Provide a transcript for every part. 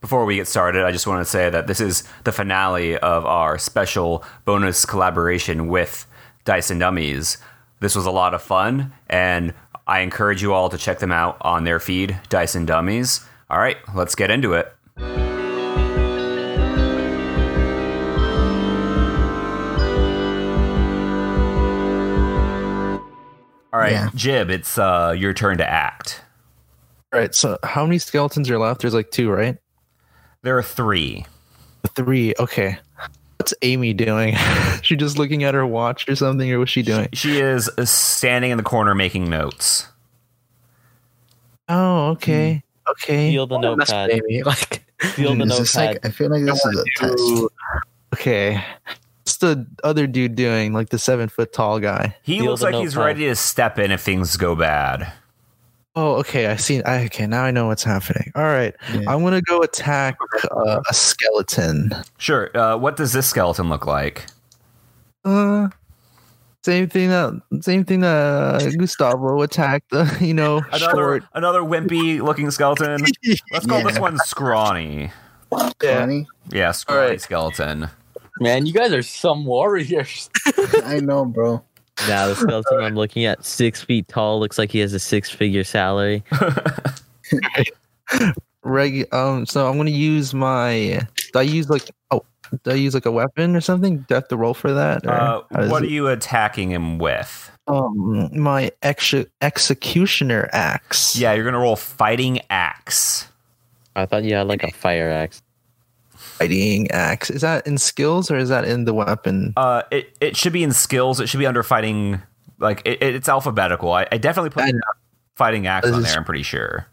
Before we get started, I just want to say that this is the finale of our special bonus collaboration with Dice and Dummies. This was a lot of fun, and I encourage you all to check them out on their feed, Dice and Dummies. All right, let's get into it. All right, Yeah. Jib, it's uh, your turn to act. All right. So how many skeletons are left? There's like two, right? There are three. Three. Okay. What's Amy doing? she just looking at her watch or something, or what's she doing? She is standing in the corner making notes. Oh, okay. Okay. Hmm. Steal the Don't mess notepad. with Amy. Like, Steal the Dude, is this notepad. like- I feel like this is a test. okay. What's the other dude doing? Like the seven foot tall guy. He Deal looks the like he's notepad. ready to step in if things go bad. Oh, okay. I see. I, okay, now I know what's happening. All right, Yeah. I'm gonna go attack uh, a skeleton. Sure. Uh, what does this skeleton look like? Uh, same thing that same thing that uh, Gustavo attacked. Uh, you know, Another short. another wimpy looking skeleton. Let's call this Yeah. one scrawny. Yeah. Funny? Yeah, scrawny right. skeleton. Man, you guys are some warriors. I know, bro. Now the skeleton I'm looking at, six feet tall, looks like he has a six-figure salary. Reg. Um. So I'm gonna use my. Do I use like oh? Do I use like a weapon or something? Do I have to roll for that? Or Uh, how does what are it- you attacking him with? um, my ex- executioner axe. Yeah, you're gonna roll fighting axe. I thought you had like a fire axe. fighting axe. Is that in skills or is that in the weapon? Uh, it it should be in skills. It should be under fighting. Like it, it's alphabetical. I, I definitely put I know. fighting axe This on is- there. I'm pretty sure.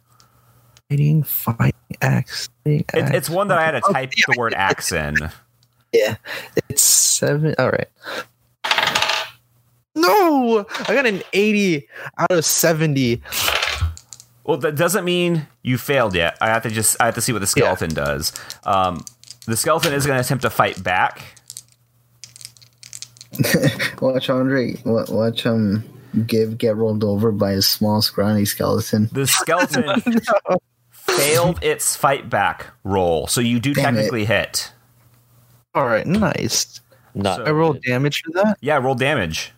Fighting, fighting axe. Fighting It, axe. it's one that I had to Oh, type the word axe in. Yeah, it's seven. All right. No, I got an 80 out of 70. Well, that doesn't mean you failed yet. I have to just I have to see what the skeleton does. Um, the skeleton is going to attempt to fight back. Watch Andre. wa- Watch him give get rolled over by a small scrawny skeleton. The skeleton failed its fight back roll, so you do Damn it. technically hit. All right, nice. Not I rolled damage for that. Yeah, roll damage.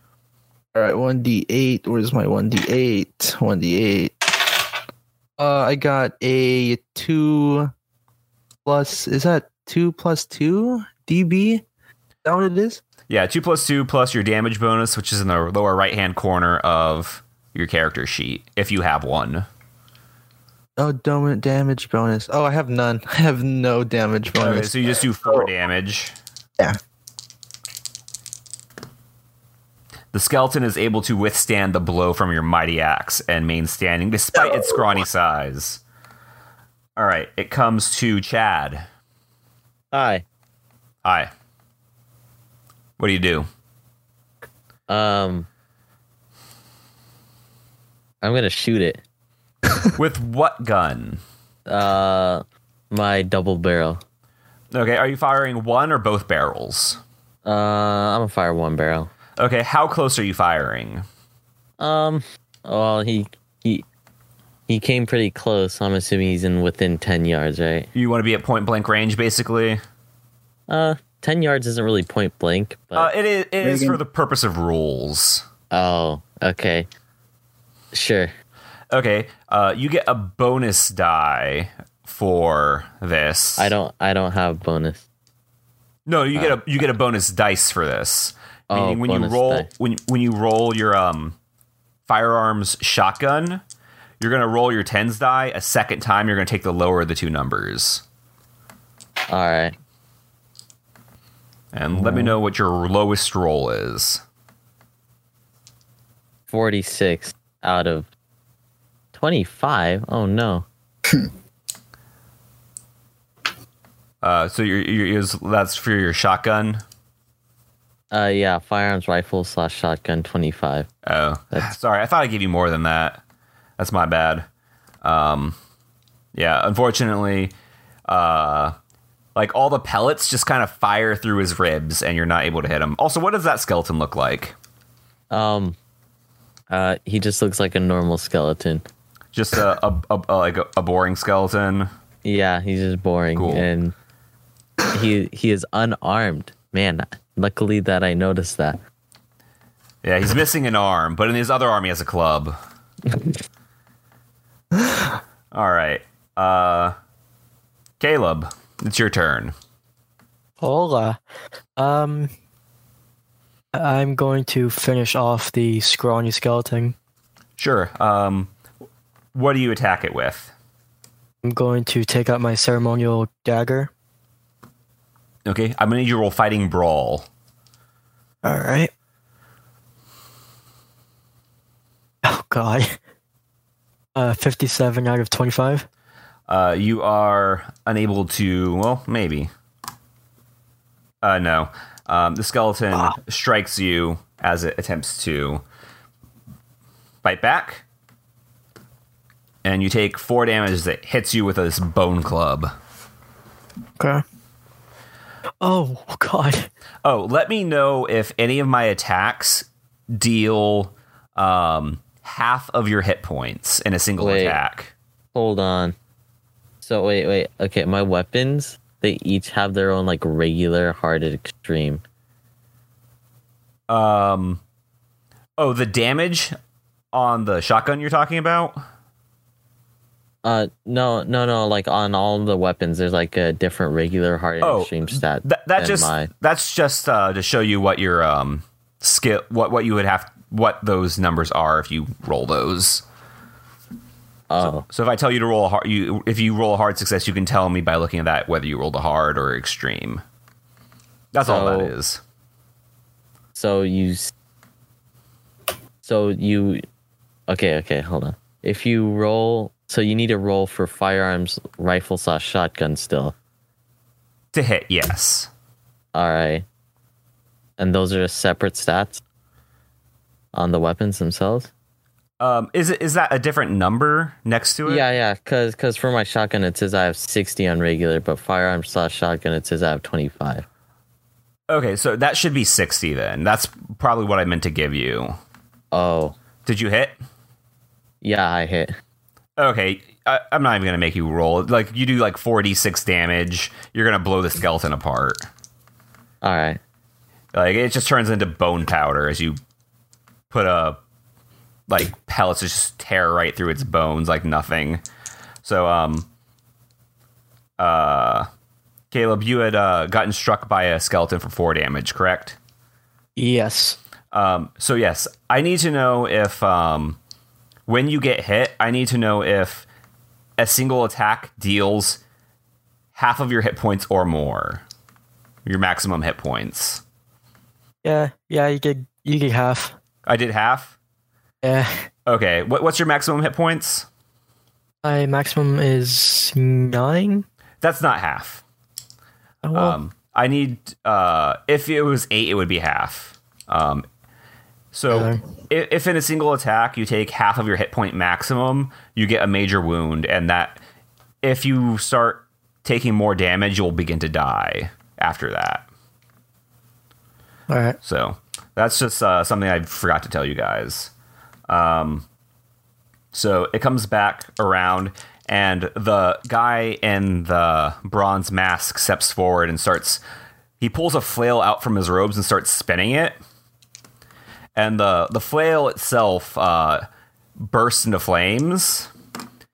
All right, 1d8. Where's my 1d8? 1d8. Uh, I got a 2 plus, is that 2 plus 2 DB? Is that what it is? Yeah, two plus two plus your damage bonus, which is in the lower right hand corner of your character sheet, if you have one. Oh, dominant damage bonus. Oh, I have none. I have no damage Okay, bonus. Oh, so you just do four damage. Yeah. The skeleton is able to withstand the blow from your mighty axe and remain standing despite its scrawny size. All right, it comes to Chad. Hi. Hi. What do you do? Um, I'm gonna shoot it. With what gun? Uh, my double barrel. Okay, are you firing one or both barrels? Uh, I'm gonna fire one barrel. Okay, how close are you firing? Um, well, he he he came pretty close. so I'm assuming he's in within ten yards, right? You want to be at point blank range, basically? Uh, ten yards isn't really point blank, Uh, but it is, it is Reagan. for the purpose of rules. oh, okay, sure. Okay, uh, you get a bonus die for this. I don't I don't have bonus. No, you get a you get a bonus dice for this. Oh, Meaning when you bonus roll die. when when you roll your um firearms shotgun, you're gonna roll your tens die a second time. You're gonna take the lower of the two numbers, All right. and Oh. let me know what your lowest roll is. 46 out of 25 oh no Uh, so your your yours- that's for your shotgun. uh yeah firearms rifle slash shotgun 25 Oh, That's- sorry. I thought I gave you more than that. That's my bad. Um, yeah, unfortunately, uh, like all the pellets just kind of fire through his ribs, and you're not able to hit him. Also, what does that skeleton look like? um uh he just looks like a normal skeleton Just a, a, a, a- like a, a boring skeleton. Yeah, he's just boring, Cool. and he he is unarmed. Man, luckily that I noticed that. Yeah, he's missing an arm, but in his other arm he has a club. All right. Uh Caleb, it's your turn. Hola. Um, I'm going to finish off the scrawny skeleton. Sure. Um what do you attack it with? I'm going to take out my ceremonial dagger. Okay, I'm gonna need you to roll fighting brawl. All right. Oh God. Uh, fifty-seven out of twenty-five. Uh, you are unable to. Well, maybe. Uh, no. Um, the skeleton strikes you as it attempts to bite back, and you take four damage as it hits you with this bone club. Okay. Oh God. Oh, let me know if any of my attacks deal um, half of your hit points in a single Wait. attack. Hold on. So wait, wait. Okay, my weapons they each have their own like regular, hard, and extreme. Um, oh, the damage on the shotgun you're talking about. Uh, no, no, no. Like on all the weapons, there's like a different regular, hard, and Oh, extreme stat. That that than just my- that's just uh, to show you what your um skill what what you would have what those numbers are if you roll those. oh So if I tell you to roll a hard, you if you roll a hard success, you can tell me by looking at that whether you rolled a hard or extreme. That's all that So- is. So you. s- So you. Okay, okay, hold on. If you roll. So you need to roll for firearms, rifle slash shotgun still. To hit, yes. All right. And those are separate stats on the weapons themselves? Um, is it is that a different number next to it? Yeah, yeah. Because cause for my shotgun, it says I have 60 on regular, but firearm slash shotgun, it says I have 25. Okay, so that should be sixty then. That's probably what I meant to give you. Oh, Did you hit? yeah, I hit. okay I, i'm not even gonna make you roll like you do like 46 damage you're gonna blow the skeleton apart All right. like it just turns into bone powder as you put a like pellets that just tear right through its bones like nothing so um uh caleb you had uh, gotten struck by a skeleton for four damage correct Yes. um, so yes, I need to know if um, when you get hit, I need to know if a single attack deals half of your hit points or more, your maximum hit points. Yeah. Yeah. You get. You get half. I did half. Yeah. Okay, what, what's your maximum hit points? My maximum is nine. That's not half. Oh, well, Um, I need uh, if it was eight, it would be half. Um, so Okay. if, if in a single attack you take half of your hit point maximum, you get a major wound, and that if you start taking more damage, you'll begin to die after that. all right. So that's just uh, something I forgot to tell you guys. Um, so it comes back around, and the guy in the bronze mask steps forward and starts. He pulls a flail out from his robes and starts spinning it. And the, the flail itself uh, bursts into flames,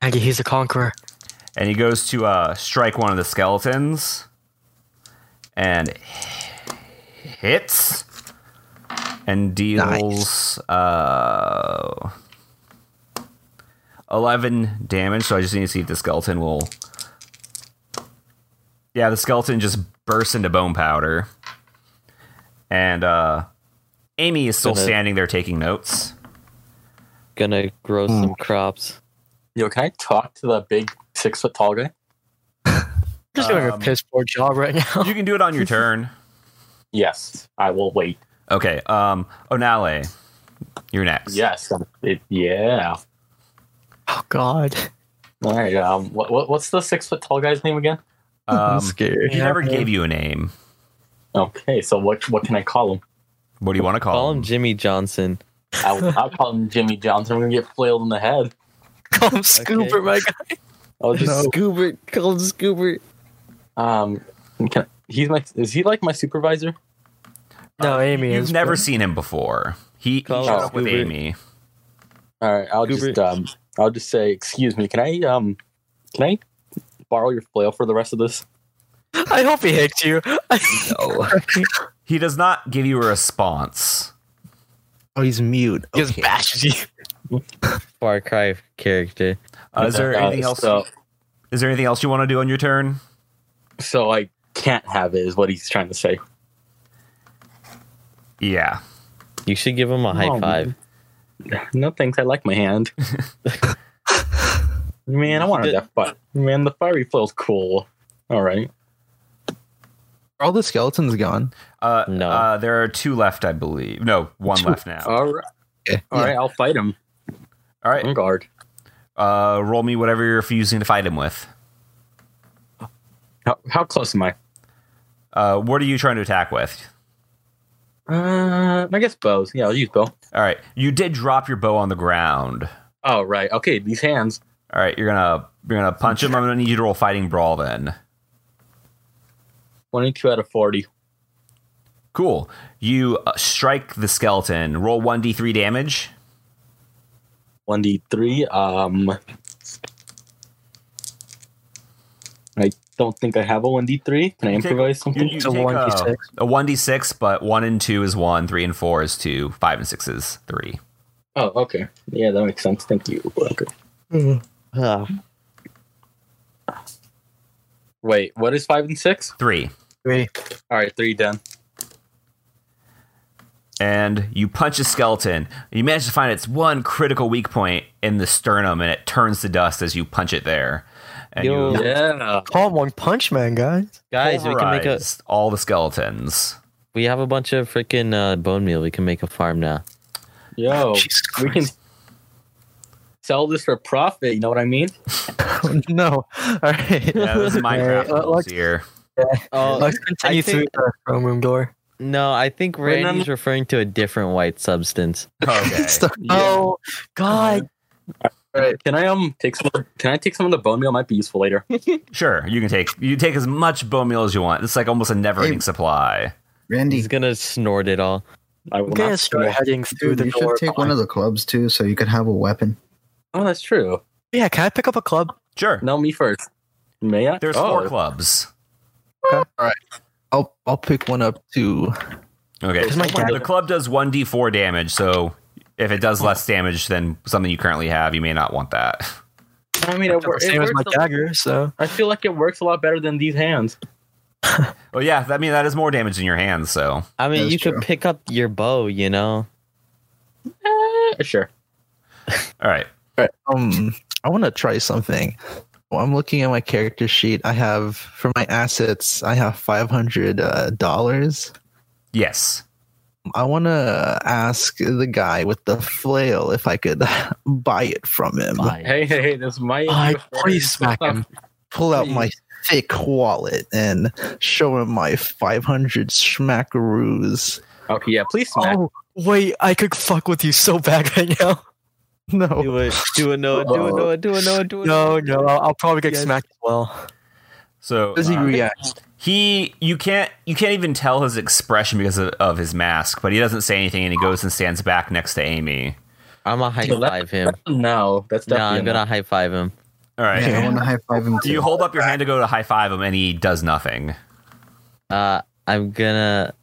Aggie, he's a conqueror. and he goes to uh, strike one of the skeletons and hits and deals uh, 11 damage. So I just need to see if the skeleton will. Yeah, the skeleton just bursts into bone powder. And uh, Amy is still Gonna- standing there taking notes. Gonna grow Hmm. some crops. Yo, can I talk to the big six foot tall guy? Just doing a Um, piss poor job right now. You can do it on your turn. Yes, I will wait. Okay. Um, Onale, you're next. Yes, um, it, yeah. Oh God. All right. Um, what, what what's the six foot tall guy's name again? Um, scared. he never gave you a name. Okay, so what what can I call him? What do you want to call, Call him? Um. him Jimmy Johnson. I will not call him Jimmy Johnson. I'm gonna get flailed in the head. Call him Scooper, my guy. I'll just Scoobert, called Scoobert. um. Can, he's my. Is he like my supervisor? No, Amy You've is. never but- seen him before. He, he Call showed up with Scooby. Amy. All right. I'll Scoobert. just um. I'll just say, excuse me. Can I um. Can I borrow your flail for the rest of this? I hope he hates you. No. Oh, he does not give you a response. Oh, he's mute. He just Okay. bashes you. Far Cry character. Uh, is there Uh, anything else? So, Is there anything else you want to do on your turn? so I can't have it. Is what he's trying to say. Yeah. You should give him a high Come on, five. man. No thanks. I like my hand. Man, I wanted that fire. Man, the fiery flail's cool. All right. Are all the skeletons gone? Uh, No. uh, there are two left, I believe. No, one left now. All right. Okay. All right. I'll fight him. All right. On guard. Uh, roll me whatever you're refusing to fight him with. How, how close am I? Uh, what are you trying to attack with? Uh, I guess bows. Yeah, I'll use bow. All right. You did drop your bow on the ground. Oh, right. Okay. These hands. All right. You're gonna you're gonna punch him. I'm gonna need you to roll fighting brawl then. 22 out of 40. Cool. You uh, strike the skeleton. Roll one d3 damage. 1d3. Um, I don't think I have a 1d3. Can I You take- improvise You, something? you It's a take 1d6. A, a 1d6, but 1 and 2 is 1, 3 and 4 is 2, 5 and 6 is 3. Oh, okay. Yeah, that makes sense. Thank you. Okay. Ah, Wait, what is 5 and 6? 3. Three. All right, 3 done. and you punch a skeleton. You manage to find its one critical weak point in the sternum, and it turns to dust as you punch it there. And Yo. you Yeah. Call him One Punch Man, guys. guys, we can make a. pulverize all the skeletons. We have a bunch of freaking uh, bone meal. We can make a farm now. Yo, Jesus Oh, we can sell this for profit. You know what I mean? no. All right. Yeah, those are Minecraft Alright, uh, rules let's- here. Oh Let's continue through think- the throne room door. no, I think Wait, no, Randy's referring to a different white substance. Okay. Oh God! Can I um take some? Can I take some of the bone meal? Might be useful later. sure, you can take you take as much bone meal as you want. It's like almost a never-ending Hey. supply. Randy, He's gonna snort it all. I will I'm gonna not- start heading through dude, the you door. should take one of the clubs too, so you could have a weapon. Oh, that's true. yeah, can I pick up a club? Sure. No, me first. May I? There's oh, four clubs. I'll I'll pick one up too. Okay. Is my dad- The club does 1d4 damage, so if it does less damage than something you currently have, you may not want that. I mean, it, wor- it same as works. my a- dagger, so I feel like it works a lot better than these hands. Well, yeah, I mean that is more damage in your hands, so I mean, That's you true. could pick up your bow. You know, Eh, sure. all right. Um, I want to try something. Well, I'm looking at my character sheet. I have for my assets. I have five hundred uh, dollars. Yes. I want to ask the guy with the flail if I could buy it from him. Hey, hey, hey! This might. Oh, I be a- please smack him. Pull out my thick wallet and show him my five hundred smackaroos. Okay, yeah, please smack. Oh wait, I could fuck with you so bad right now. Oh. No, do it, do it, Noah, do it, Noah, do it, Noah, do it. No, no, I'll probably get Yes. smacked as well. So does he uh, react? he you can't you can't even tell his expression because of, of his mask, but he doesn't say anything and he goes and stands back next to Amy. I'm gonna high Dude, that- five him. No, that's No, definitely. I'm gonna high five him. All right. Yeah, I want to high five him Do you too. hold up your hand to go to high five him and he does nothing. Uh, I'm gonna.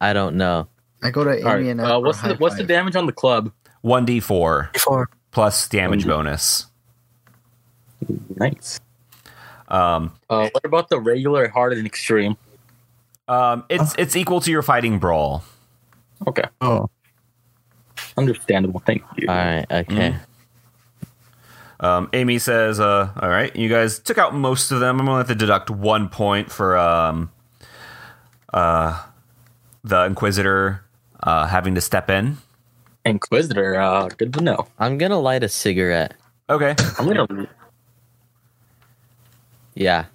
I don't know. I go to Amy All right. and Uh, what's the What's the damage on the club? 1d4 Before plus damage 1d4. bonus. Nice. Um, Uh, what about the regular, hard, and extreme? um it's it's equal to your fighting brawl. Okay, Oh, understandable. Thank you. All right, okay. Mm. Um, Amy says, uh, "All right, you guys took out most of them. I'm gonna have to deduct one point for um, uh, the Inquisitor uh, having to step in." Inquisitor. Uh, good to know. I'm gonna light a cigarette. Okay. I'm gonna. Yeah.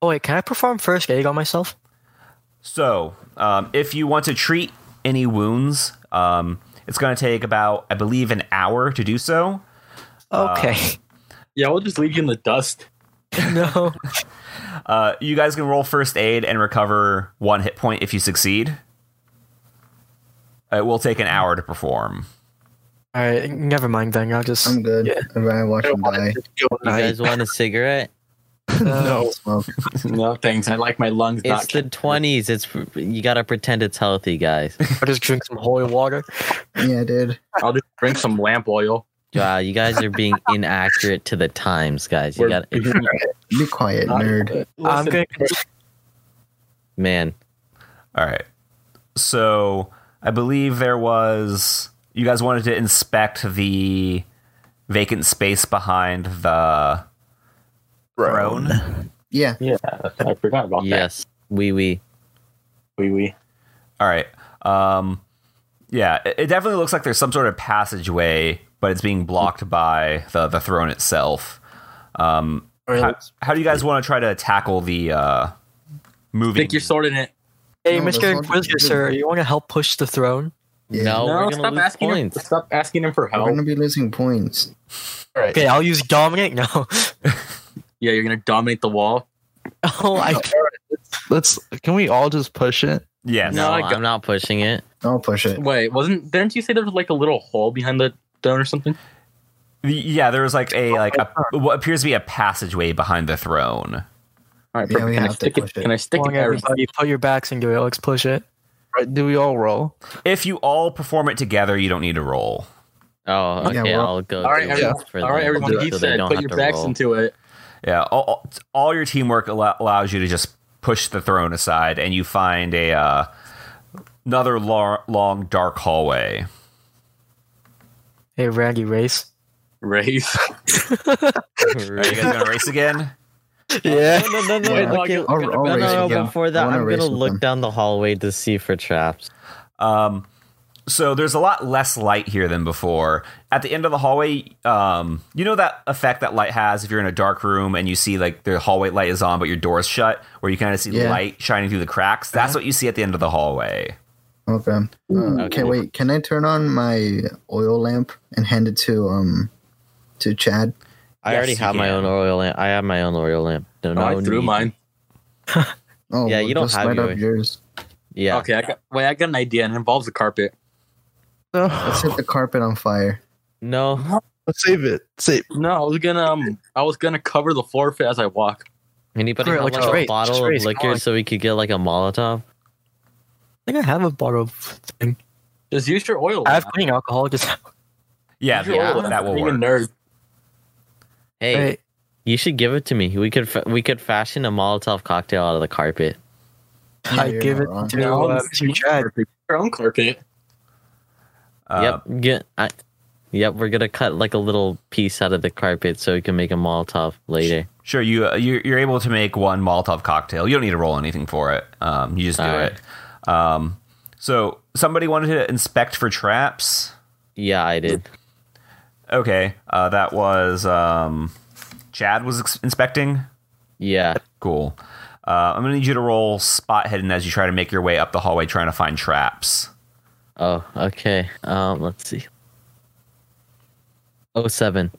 oh wait, can I perform first aid on myself? So, um, if you want to treat any wounds, Uh, um, it's gonna take about, I believe, an hour to do so. Okay. Yeah, we'll just leave you in the dust. no. Uh, you guys can roll first aid and recover one hit point if you succeed. It will take an hour to perform. All right. Never mind then. I'll just. I'm good. Yeah. If I watch I him don't want die, it to go You night. guys want a cigarette? no. smoke. No thanks. I like my lungs It's not. the twenties. It's you gotta pretend it's healthy, guys. I'll just drink some holy water. Yeah, dude. I'll just drink some lamp oil. Wow, you guys are being inaccurate to the times, guys. You We're- got to Be quiet, nerd. Uh, I'm Listen, going to man. All right. So I believe there was. You guys wanted to inspect the vacant space behind the throne. Yeah. Yeah, I forgot about that. Yes, we we. Wee wee. All right. Um, yeah, it, it definitely looks like there's some sort of passageway, but it's being blocked by the, the throne itself. Um, Or how, Oh. let's- how do you guys want to try to tackle the uh, moving? Stick your sword in it. Hey, No, Mr. that's not Inquisitor, good. sir, you want to help push the throne? Yeah. No, Oh, we're no, gonna stop lose asking points. him. Stop asking him for We're help. gonna be losing points. all right. Okay, I'll use dominate now. Yeah, you're gonna dominate the wall. oh, I Let's. Can we all just push it? yes. No, I got- I'm not pushing it. I'll push it. Wait, wasn't? Didn't you say there was like a little hole behind the throne or something? Yeah, there was like a like a, what appears to be a passageway behind the throne. All right, Yeah, perfect. we can I have to stick push it? it. Can I stick Come it? on, everybody, put your backs into it. Let's push it. Right, do we all roll? If you all perform it together, you don't need to roll. Oh, okay. Yeah, well- I'll go. All right, do it everyone. for All right, them, everyone. so He they said, don't put have your to backs roll. into it. Yeah, all, all- all your teamwork allo- allows you to just push the throne aside, and you find a uh, another long, long dark hallway. Hey, Randy, race. Race. Are you guys gonna race again? Yeah. No, no, no, no. Yeah. okay, I'll- I'll no, no, race no, with them. Before I that, wanna I'm race gonna with look them. down the hallway to see for traps. Um, so there's a lot less light here than before. At the end of the hallway, um, you know that effect that light has if you're in a dark room and you see like the hallway light is on but your door's shut, where you kind of see the Yeah. light shining through the cracks. That's what you see at the end of the hallway. Okay. Uh, okay. Okay. Wait. Can I turn on my oil lamp and hand it to um to Chad? I Yes, already you have my can. own oil lamp. I have my own oil lamp. No, No, no Oh, I threw need. mine. Oh, Yeah, well, you don't just have light up yours. yours. Yeah. Okay, I got. Wait, I got an idea, and it involves the carpet. No. Let's Let's, hit the carpet on fire. No. save it. Save. No, I was gonna. Um, I was gonna cover the floor for it as I walk. Anybody Great, have let's like a race, bottle let's of race, come liquor on. so we could get like a Molotov? I think I have a bottle of thing. Just use your oil. I have lamp. clean alcohol. Just Yeah, Use your yeah, oil lamp. that will Being a work. nerd. Hey, hey, you should give it to me. We could fa- we could fashion a Molotov cocktail out of the carpet. Yeah, I you're give not it wrong. to No, uh, it's Mr. Chad. Your own carpet. Uh, yep. Get. I, yep. We're gonna cut like a little piece out of the carpet so we can make a Molotov later. Sure, you uh, you're, you're able to make one Molotov cocktail. You don't need to roll anything for it. Um, you just do All right. it. Um, so somebody wanted to inspect for traps. Yeah, I did. Okay, uh, that was um, Chad was ex- inspecting. Yeah. Cool. Uh, I'm gonna need you to roll spot hidden as you try to make your way up the hallway trying to find traps. Oh, okay. Um, let's see. Oh seven.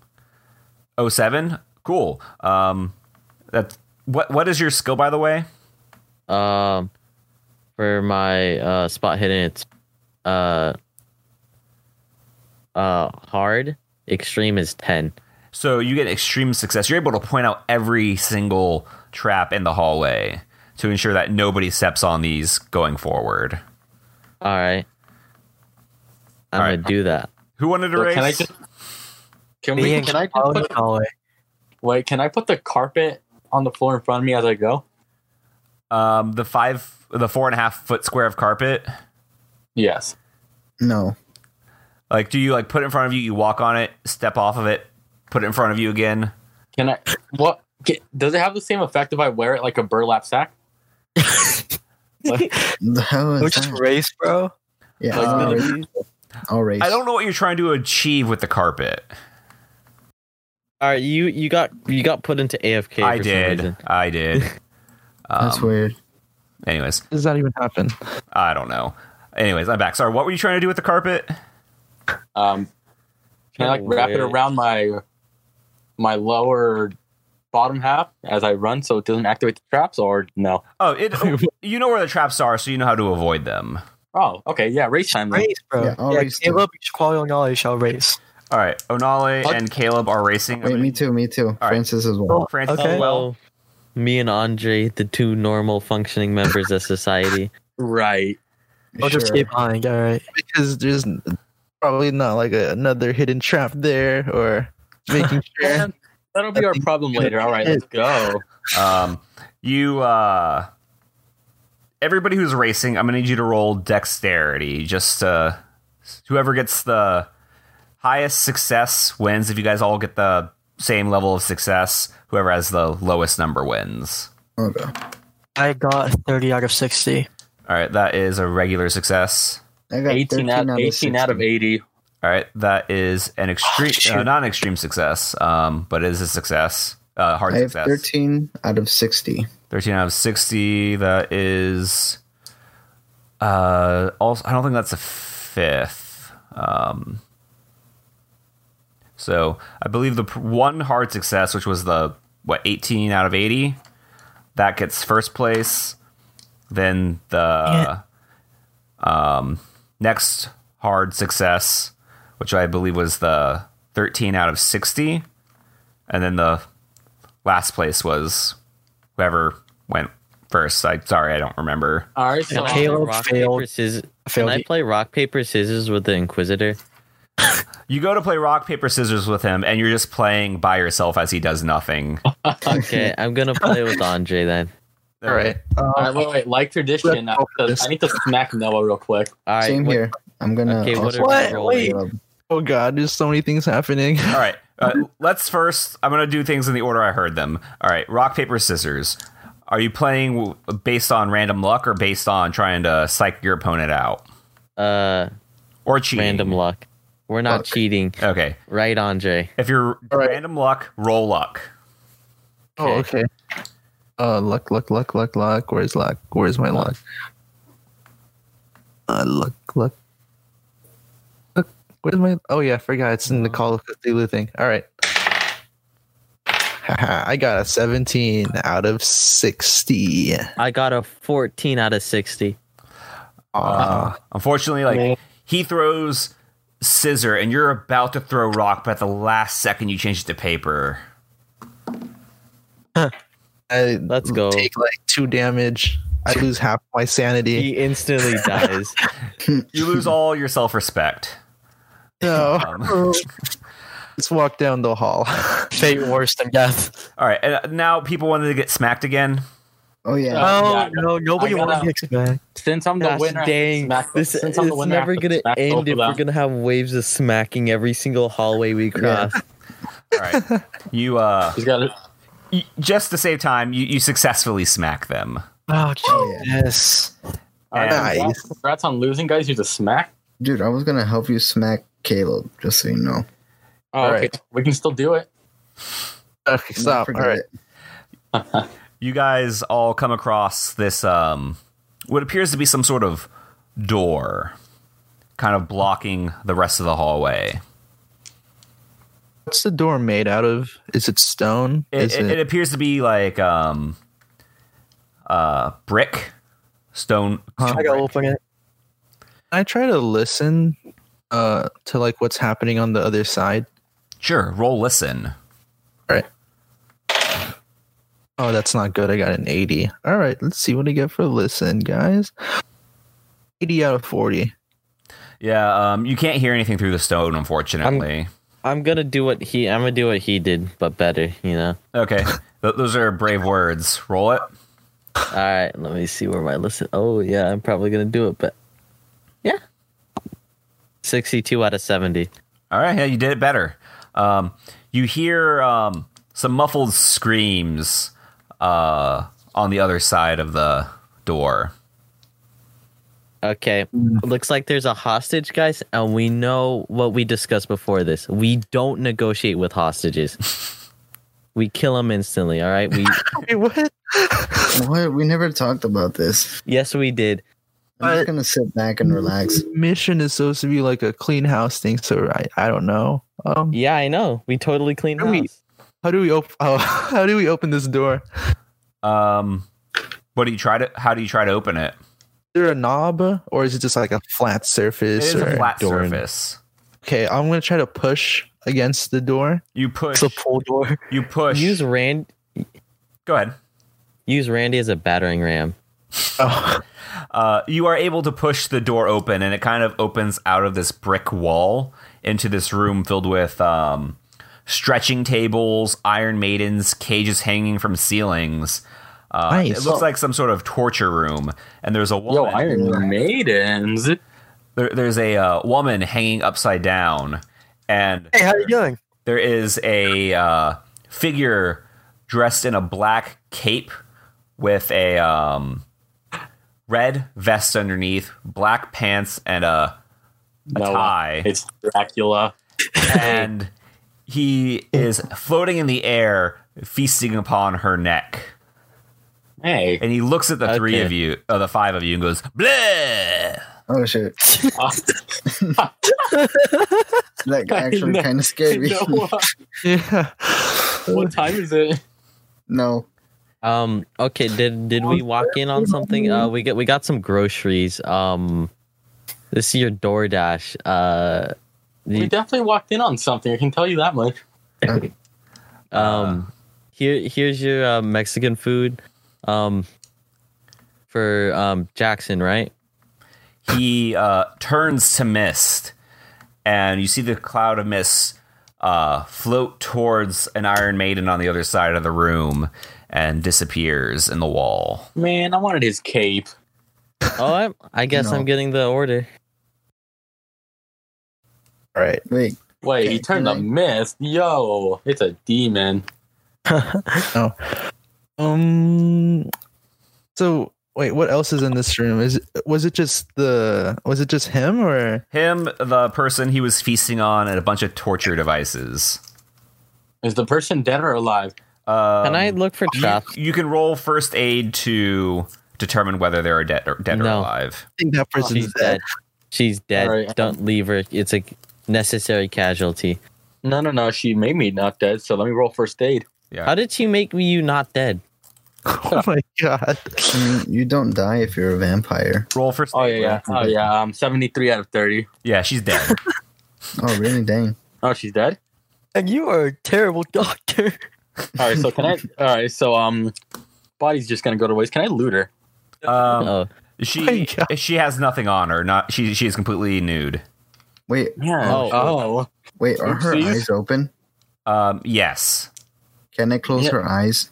07? Cool. Um, that's what what is your skill by the way? Um, for my uh spot hidden, it's uh uh hard. Extreme is ten. So you get extreme success. You're able to point out every single trap in the hallway to ensure that nobody steps on these going forward. All right. I'm All gonna right. do that. Who wanted to So race? can I just? Can Me we? and Can I just Colin put, Colin. wait? Can I put the carpet on the floor in front of me as I go? um, the five, the four and a half foot square of carpet. Yes. No. Like, do you like put it in front of you? You walk on it, step off of it, put it in front of you again. Can I? What? Can, does it have the same effect if I wear it like a burlap sack? The hell is Which is that? race, bro? yeah. like, Oh, I'll, the- race. I'll race. I don't know what you're trying to achieve with the carpet. All right, you you got you got put into AFK. I for Some did. reason. I did. Um, That's weird. Anyways, Does that even happen? I don't know. Anyways, I'm back. Sorry. What were you trying to do with the carpet? Um, can I like wrap it Wait. around my my lower bottom half as I run so it doesn't activate the traps or no? Oh, it. you know where the traps are, so you know how to avoid them. Oh, okay. Yeah, race time. Then. Race, bro. Yeah, Yeah, I'll race too. Caleb, quality knowledge shall race. All right, Onale and Caleb are racing. Wait, me too, me too. right. Francis as well. Francis, Okay. as well, Well, me and Andre, the two normal functioning members of society. Right. I'll just Sure. stay behind. All right. because there's probably not like a, another hidden trap there or making sure. That'll be our problem later. All right, let's go. um, you uh, everybody who's racing, I'm gonna need you to roll dexterity. Just uh, whoever gets the highest success wins. If you guys all get the same level of success, whoever has the lowest number wins. Okay. I got 30 out of 60. All right, that is a regular success. I got 18 18 out, 18 18 out of 80. All right, that is an Oh, extreme, shoot. uh, not an extreme success, um, but it is a success, uh, hard I have success. 13 out of 60. 13 out of 60 that is uh also i don't think that's a fifth um so i believe the pr- one hard success which was the what 18 out of 80 that gets first place then the um next hard success which i believe was the 13 out of 60 and then the last place was whoever went first. I sorry, I don't remember. All right, Can so I play Caleb rock, failed. paper, scissors? Can failed. I play rock, paper, scissors with the Inquisitor? You go to play rock paper scissors with him, and you're just playing by yourself as he does nothing. Okay, I'm gonna play with Andre then. All right. all um, right, wait, wait, like tradition, I, I need to smack Noah real quick. All right, Same what- here. I'm gonna. Okay, also- what are What? we rolling? Wait. Um, Oh god, there's so many things happening. All right. Uh, let's first. I'm gonna do things in the order I heard them. All right. Rock paper scissors. Are you playing w- based on random luck or based on trying to psych your opponent out Uh, or cheat? random luck. We're not Luck. cheating, Okay. right, Andre? If you're All right. random luck, roll luck. Oh Okay. okay. Uh, luck, luck, luck, luck, luck. Where's luck? Where's my luck? Uh, luck, luck, luck. Where's my? Oh yeah, I forgot. It's in the Call of Cthulhu thing. All right. Haha, I got a 17 out of 60. I got a 14 out of 60. Ah, Unfortunately, like he throws scissor, and you're about to throw rock, but at the last second you change it to paper. I Let's go. Take like two damage. I lose half my sanity. He instantly dies. You lose all your self respect. No, Um, let's walk down the hall. Fate worse than death. all right, and uh, now people wanted to get smacked again. oh yeah. Uh, Oh, yeah, I got- no. Nobody I got wants out. to expect. Since I'm the Gosh, winner, I have to dang, smack- this since is I'm the winner, I have never to gonna smack both of end if we're them. gonna have waves of smacking every single hallway we cross. All right, you uh, He's got it. y- just to save time, you, you successfully smack them. Oh, Oh, yeah. yes. All right, And- congrats- Congrats on losing, guys. You just smack. Dude, I was gonna help you smack Caleb, just so you know. Oh, All okay. right. We can still do it. Okay, stop. All Forget right. it. you guys all come across this um, what appears to be some sort of door, kind of blocking the rest of the hallway. What's the door made out of? Is it stone? It, Is it, it appears to be like um, uh, brick, stone. I gotta open it. I try to listen uh to like what's happening on the other side. Sure, roll listen. Oh, that's not good. I got an 80. All right, let's see what I get for listen, guys. 80 out of 40. Yeah, um, you can't hear anything through the stone, unfortunately. I'm gonna do what he. I'm gonna do what he did, but better. You know. Okay, Th- those are brave words. Roll it. All right, let me see where my listen. Oh yeah, I'm probably gonna do it, but yeah, sixty-two out of seventy. All right, yeah, you did it better. Um, you hear um, some muffled screams uh, on the other side of the door. Okay, looks like there's a hostage, guys, and we know what we discussed before this. We don't negotiate with hostages. we kill them instantly. All right. We Wait, what? What? We never talked about this. yes, we did. I'm But- just gonna sit back and relax. Mission is supposed to be like a clean house thing, so I, I don't know. Um, Yeah, I know. We totally clean No, we- house. How do we open? Oh, how do we open this door? Um, what do you try to? How do you try to open it? Is there a knob, or is it just like a flat It surface? is a or- flat door. surface. Okay, I'm gonna try to push against the door. You push. It's a pull door. You push. Use Rand. Go ahead. Use Randy as a battering ram. Oh, Uh, you are able to push the door open, and it kind of opens out of this brick wall into this room filled with um, stretching tables, Iron Maidens, cages hanging from ceilings. Uh, It Nice. looks like some sort of torture room, and there's a Yo, woman. Iron Maidens. there, there's a uh, woman hanging upside down, and Hey, how you doing? there is a uh, figure dressed in a black cape with a um, red vest underneath, black pants, and a No, Oh, tie. it's Dracula. and he is floating in the air, feasting upon her neck. Hey, And he looks at the three Okay. of you, uh, the five of you, and goes, "Bleh." Oh shit! uh, That I actually know. kind of scared me. no, uh, yeah. what time is it? no, Um. Okay. Did did we walk in on something? Uh, we got we got some groceries. Um, this is your DoorDash. Uh, the, We definitely walked in on something. I can tell you that much. Uh. um, here here's your uh, Mexican food. Um, for um Jackson, right? he uh, turns to mist, and you see the cloud of mist uh, float towards an Iron Maiden on the other side of the room and disappears in the wall. Man, I wanted his cape. Oh, I, I guess No. I'm getting the order. All right. wait. Wait, he Okay, turned the can I- mist. Yo, it's a demon. Um. So wait, what else is in this room? Is was it just the was it just him or Him, the person he was feasting on, and a bunch of torture devices. Is the person dead or alive? Um, Can I look for you, traps? you can roll first aid to determine whether they're dead or, dead or No. alive. I think Oh, that person's She's dead. She's dead. Alright. Don't leave her. It's a necessary casualty. No, no, no. She made me not dead. So let me roll first aid. Yeah. How did she make you not dead? Oh my god. I mean, you don't die if you're a vampire. Roll first. Oh aid. yeah, yeah. Oh yeah. Um, seventy-three out of thirty. Yeah, she's dead. Oh really? Dang. Oh, she's dead. And you are a terrible doctor. All right. So can I? All right. So um, body's just gonna go to waste. Can I loot her? Um, Oh, she my God. she has nothing on her. Not she she is completely nude. Wait, Yeah. Oh. Oh. wait. Are her Oopsies. eyes open? Um, yes. Can I close Yeah. her eyes?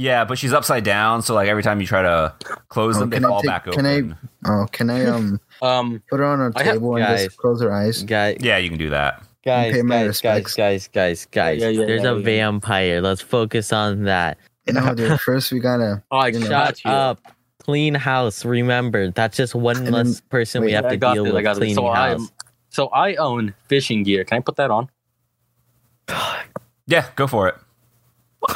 Yeah, but she's upside down, so like every time you try to close Oh, them, they can I fall take- back can I- open. Oh, can I um Um. put her on a I have- table and guys. just close her eyes? guy, yeah, you can do that. guys, pay my guys, guys, respects. guys, guys, guys. yeah, yeah, There's yeah, a yeah. vampire. Let's focus on that. No, dude. First, we gotta. Oh, I You know. got Shut you. up. Clean house. Remember, that's just one And less person we wait, have I to got deal this. I with. got this. Cleaning So I am. house. So I own fishing gear. Can I put that on? Yeah, go for it.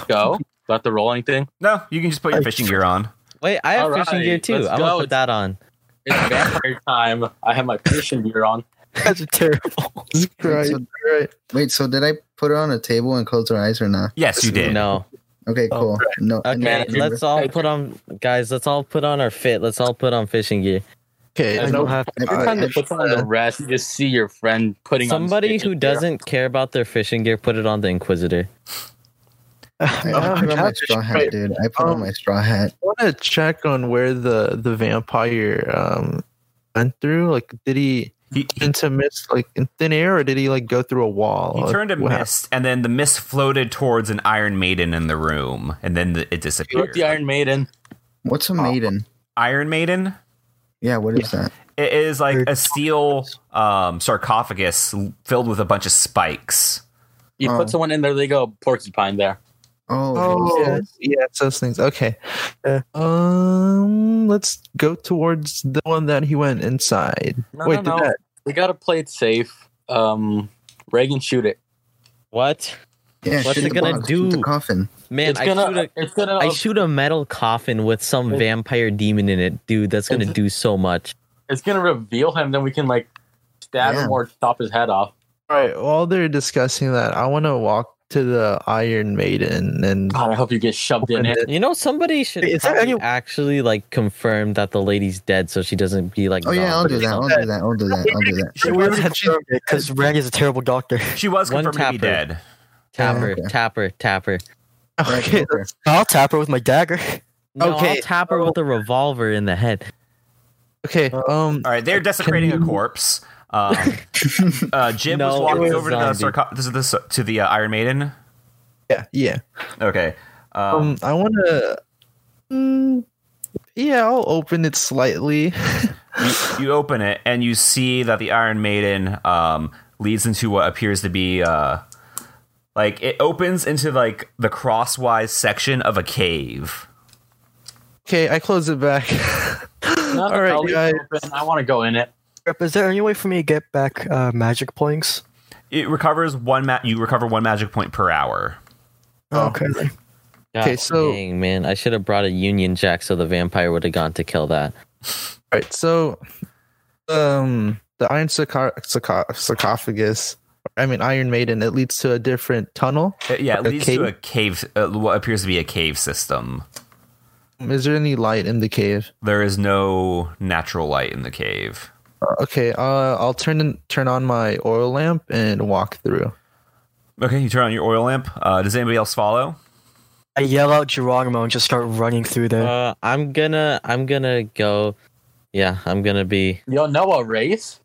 Go. Do I have to roll anything? No, you can just put your fishing gear on. Wait, I have All fishing right, gear too. let's I'm gonna go. put that on. It's vampire time. I have my fishing gear on. That's a terrible. Wait Right. so, Right. wait, so did I put her on a table and close her eyes or not? Yes, you did. No. Okay, Oh, cool. No, Okay, no, let's all put on, guys. Let's all put on our fit. Let's all put on fishing gear. Okay. I don't have. I- Every time I- they put on the rest, you just see your friend putting on Somebody fishing who gear. doesn't care about their fishing gear, put it on the Inquisitor. I, I put on my straw hat, Oh, Wait, dude. I put on Um, my straw hat. I want to check on where the the vampire um went through. Like, did he He, he, into mist like in thin air, or did he like go through a wall? he Oh, Like, turned a what happened? mist, and then the mist floated towards an Iron Maiden in the room, and then the, it Look disappeared. the Iron Maiden. What's Oh. a maiden? Iron Maiden. Yeah, what is that? It is like Or- a steel um, sarcophagus filled with a bunch of spikes. You Oh. put someone in there, they go porcupine there. Oh, Oh, those- yeah, yeah, it's those things. Okay. Um, let's go towards the one that he went inside. No, Wait, no, did no. that? We gotta play it safe. Um, Reagan, shoot it. What? yeah. What's shoot it the gonna box, shoot do? The coffin. Man, it's I gonna. shoot a, it's gonna. I shoot a metal coffin with some It- vampire demon in it, dude. That's gonna It's- do so much. it's gonna reveal him. Then we can like stab Yeah. him or chop his head off. All right. While they're discussing that, I want to walk to the Iron Maiden and Oh, God, I hope you get shoved in it. You know, somebody should Wait, is there probably any- actually like confirm that the lady's dead, so she doesn't be like. Oh yeah, I'll zombie do or that. I'll something. do that. I'll do that. I'll do that. She We was, already confirmed it because Rag is a terrible doctor. she was One confirmed to be tapper. dead. Tapper, Yeah, okay. tapper, tapper. okay, Okay. I'll tap her with my dagger. No, Okay, I'll tap her Oh. with a revolver in the head. okay. Um, All right, they're desecrating a corpse. Um, uh, Jib was No, it walking was over to the, a zombie. sarco- to the, to the uh, Iron Maiden. yeah, yeah. Okay. Um, Um, I want to. Mm, yeah, I'll open it slightly. you, you open it and you see that the Iron Maiden um, leads into what appears to be uh, like it opens into like the crosswise section of a cave. Okay, I close it back. Now that All right, I'll leave guys. it open, I want to go in it. Rep, Is there any way for me to get back uh, magic points? It recovers one. Ma- you recover one magic point per hour. Oh. Okay. God Okay, so- dang, man, I should have brought a Union Jack so the vampire would have gone to kill that. All right, so um, the Iron sarco- sarco- sarcophagus. I mean, Iron Maiden. It leads to a different tunnel. Uh, yeah, it A leads to a cave. Uh, what appears to be a cave system. Is there any light in the cave? There is no natural light in the cave. Okay, uh, I'll turn in, turn on my oil lamp and walk through. Okay, you turn on your oil lamp. Uh, does anybody else follow? I yell out Geronimo and just start running through there. Uh, I'm gonna, I'm gonna go. Yeah, I'm gonna be. Y'all know a race?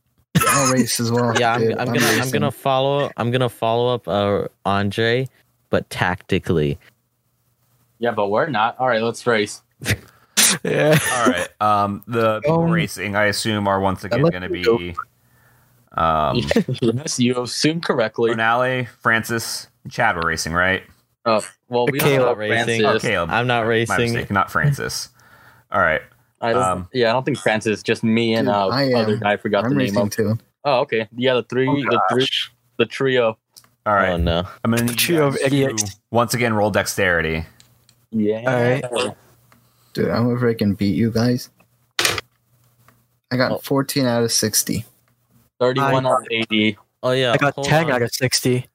I'll race as well. Yeah, I'm, dude. I'm gonna, I'm racing. gonna follow, I'm gonna follow up uh, Andre, but tactically. Yeah, but we're not. All right, let's race. yeah. All right. Um, the people Um, racing, I assume, are once again let going to me be um, yes, you assumed correctly. Bernale, Francis, and Chad were racing, right? Uh, well, we don't know Caleb about racing. Francis. Oh, Caleb. I'm not My racing. mistake, not Francis. All right. I don't, Um, yeah, I don't think Francis. Just me and Dude, uh, I am. other guy. I forgot I'm the name racing of. too. Oh, okay. Yeah, the three, the three, the trio. All right. Oh no. I'm going to Trio of E idiots. once again roll dexterity. Yeah. All Dude, I'm gonna freaking beat you guys. I got Oh. 14 out of 60. Thirty-one I- out of eighty. Oh yeah. I got hold 10 on. out of 60.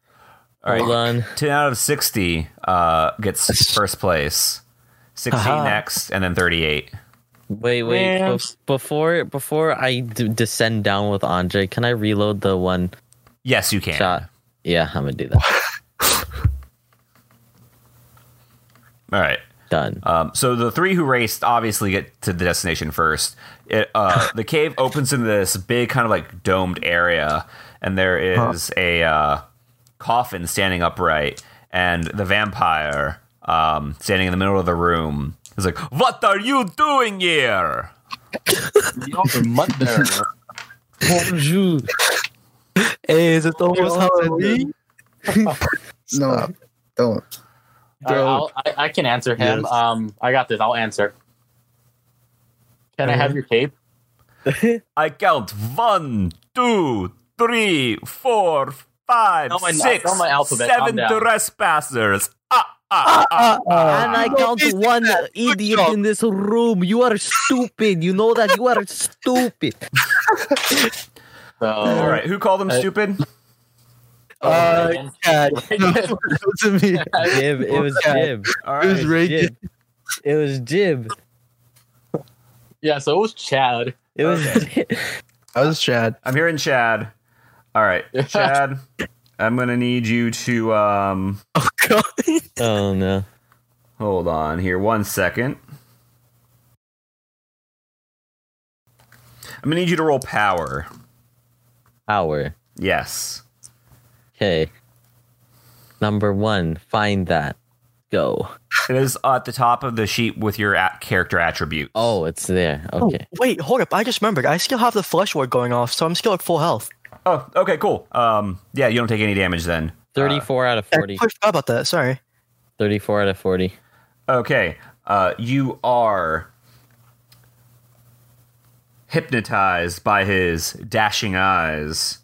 All right. Hold on. 10 out of 60 uh, gets That's- first place, 16 Aha. next, and then 38. Wait, wait. Man. bef- before, before I d- descend down with Andre, can I reload the one Yes, you can. shot? Yeah, I'm gonna do that. All right. Done. Um, so the three who raced obviously get to the destination first. It, uh, the cave opens into this big kind of like domed area, and there is a uh, coffin standing upright, and the vampire um, standing in the middle of the room is like, "What are you doing here?" Y'all are mother. Bonjour. Hey, is it almost Oh, Halloween? No, Stop. don't. All right, I'll- I, I can answer him. Yes. Um, I got this. I'll answer. Can I have your cape? I count one, two, three, four, five, Know my- six, know my alphabet. Calm seven down. trespassers. Ah, ah, ah, ah. And I count one idiot in this room. You are stupid. You know that you are stupid. So, All right, who called them Uh, stupid? Uh, Chad. No, it wasn't me. Jib. It was Jib. All It was right. Reagan. Jib. It was Jib. yeah, so it was Chad. It was. I was Chad. I'm here in Chad. All right, Chad. I'm gonna need you to um Oh, God. Oh no. hold on here one second. I'm gonna need you to roll power. Hour. Yes. Okay. Number one. Find that. Go. It is at the top of the sheet with your at- character attributes. Oh, it's there. uh, Okay. Oh, wait, hold up. I just remembered. I still have the flesh ward going off, so I'm still at full health. Oh, okay, cool. Um, yeah, you don't take any damage then. 34 out of 40. I forgot about that. Sorry. 34 out of 40. Okay. Uh, you are hypnotized by his dashing eyes.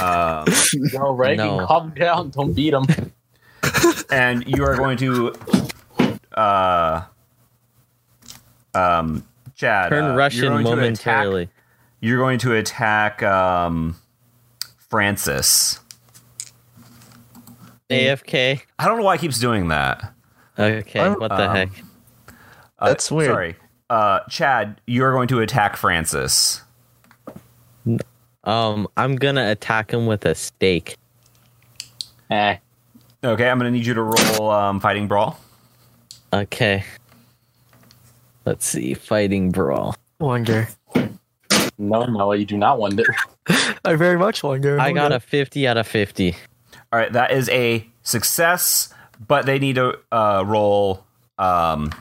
Um, Yo, Reagan, No. calm down. Don't beat him. and you are going to uh um Chad Turn uh, you're Russian going to attack- momentarily. you're going to attack um Francis. AFK. I don't know why it keeps doing that. Okay, I'm- what the um, heck? Uh, That's weird. Sorry. Uh, Chad, you're going to attack Francis. Um, I'm gonna attack him with a stake. Eh. Okay, I'm going to need you to roll um, Fighting Brawl. Okay. Let's see. Fighting brawl. Wonder. No, no, you do not wonder. I very much wonder. I got a 50 out of 50. All right, that is a success, but they need to uh, roll um,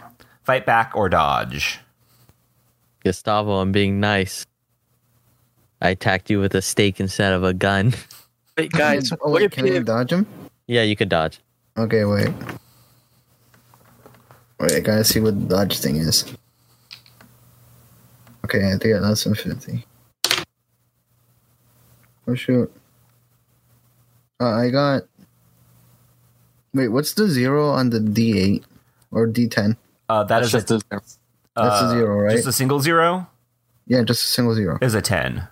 Fight Back or Dodge. Gustavo, I'm being nice. I attacked you with a stake instead of a gun. Wait, guys, oh, what wait, if can I you dodge him? Yeah, you could dodge. Okay, wait. Wait, I gotta see what the dodge thing is. Okay, I think that's infinity. Oh shoot. Uh, I got. Wait, what's the zero on the D8 or D10? Uh, that That's is a, just a, uh, That's a zero, right? Just a single zero Yeah, just a single zero. is a 10.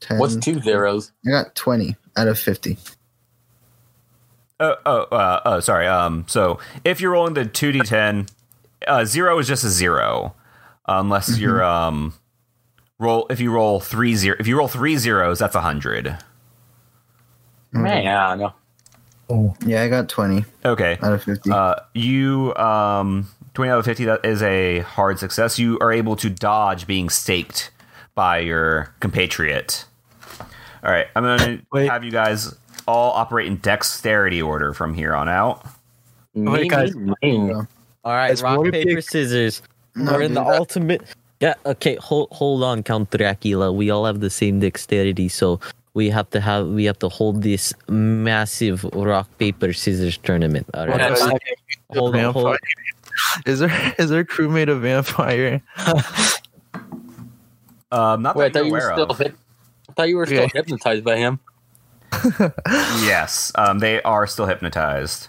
10. what's two zeros? I got 20 out of 50. Oh, oh, uh, oh, sorry. Um, so if you're rolling the two d10, uh, zero is just a zero, unless Mm-hmm. you're um, roll. If you roll three zero, if you roll three zeros, that's a hundred. Man, I don't know. Oh. Yeah, I got 20 Okay. out of 50. Uh, you um, twenty out of fifty. That is a hard success. You are able to dodge being staked by your compatriot. All right, I'm gonna Wait. have you guys all operate in dexterity order from here on out. wait, Me, guys. me, me. All right, It's rock, more paper, big- scissors. No, We're in dude, the that- ultimate. Yeah, okay, hold hold on, Count Dracula. We all have the same dexterity, so we have to have we have to hold this massive rock paper scissors tournament. All right, Okay. hold on, hold. Uh, Is there is there crewmate a vampire? Um, not Wait, I that thought you're you were aware still. of. Hip- I thought you were still Okay. hypnotized by him. Yes, um, they are still hypnotized.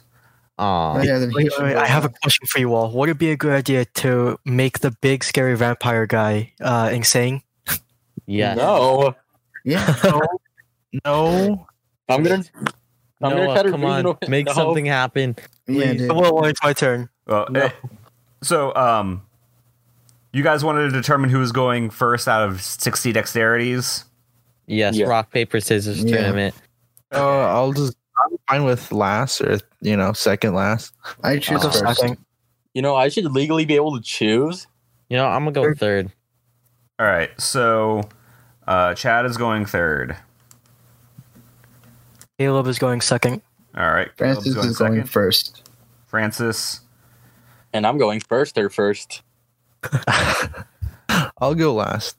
Oh, Aw, yeah, then he Wait, should wait, wait, roll. I have a question for you all. Would it be a good idea to make the big scary vampire guy uh, insane? yeah. No, Yeah, No, no. I'm gonna. I'm gonna Noah, try to come read it on, over- make no. something happen. yeah, dude. Well, well, it's my turn. Well, No. eh, so um, you guys wanted to determine who was going first out of sixty dexterities. Yes, Yeah. rock paper scissors Yeah. tournament. Uh, I'll just I'm fine with last or you know second last. I choose Oh. first. You know, I should legally be able to choose. You know, I'm gonna go third. All right, so uh, Chad is going third. Caleb is going second. All right, Caleb's Francis is going second. first. Francis. And I'm going first or first. I'll go last.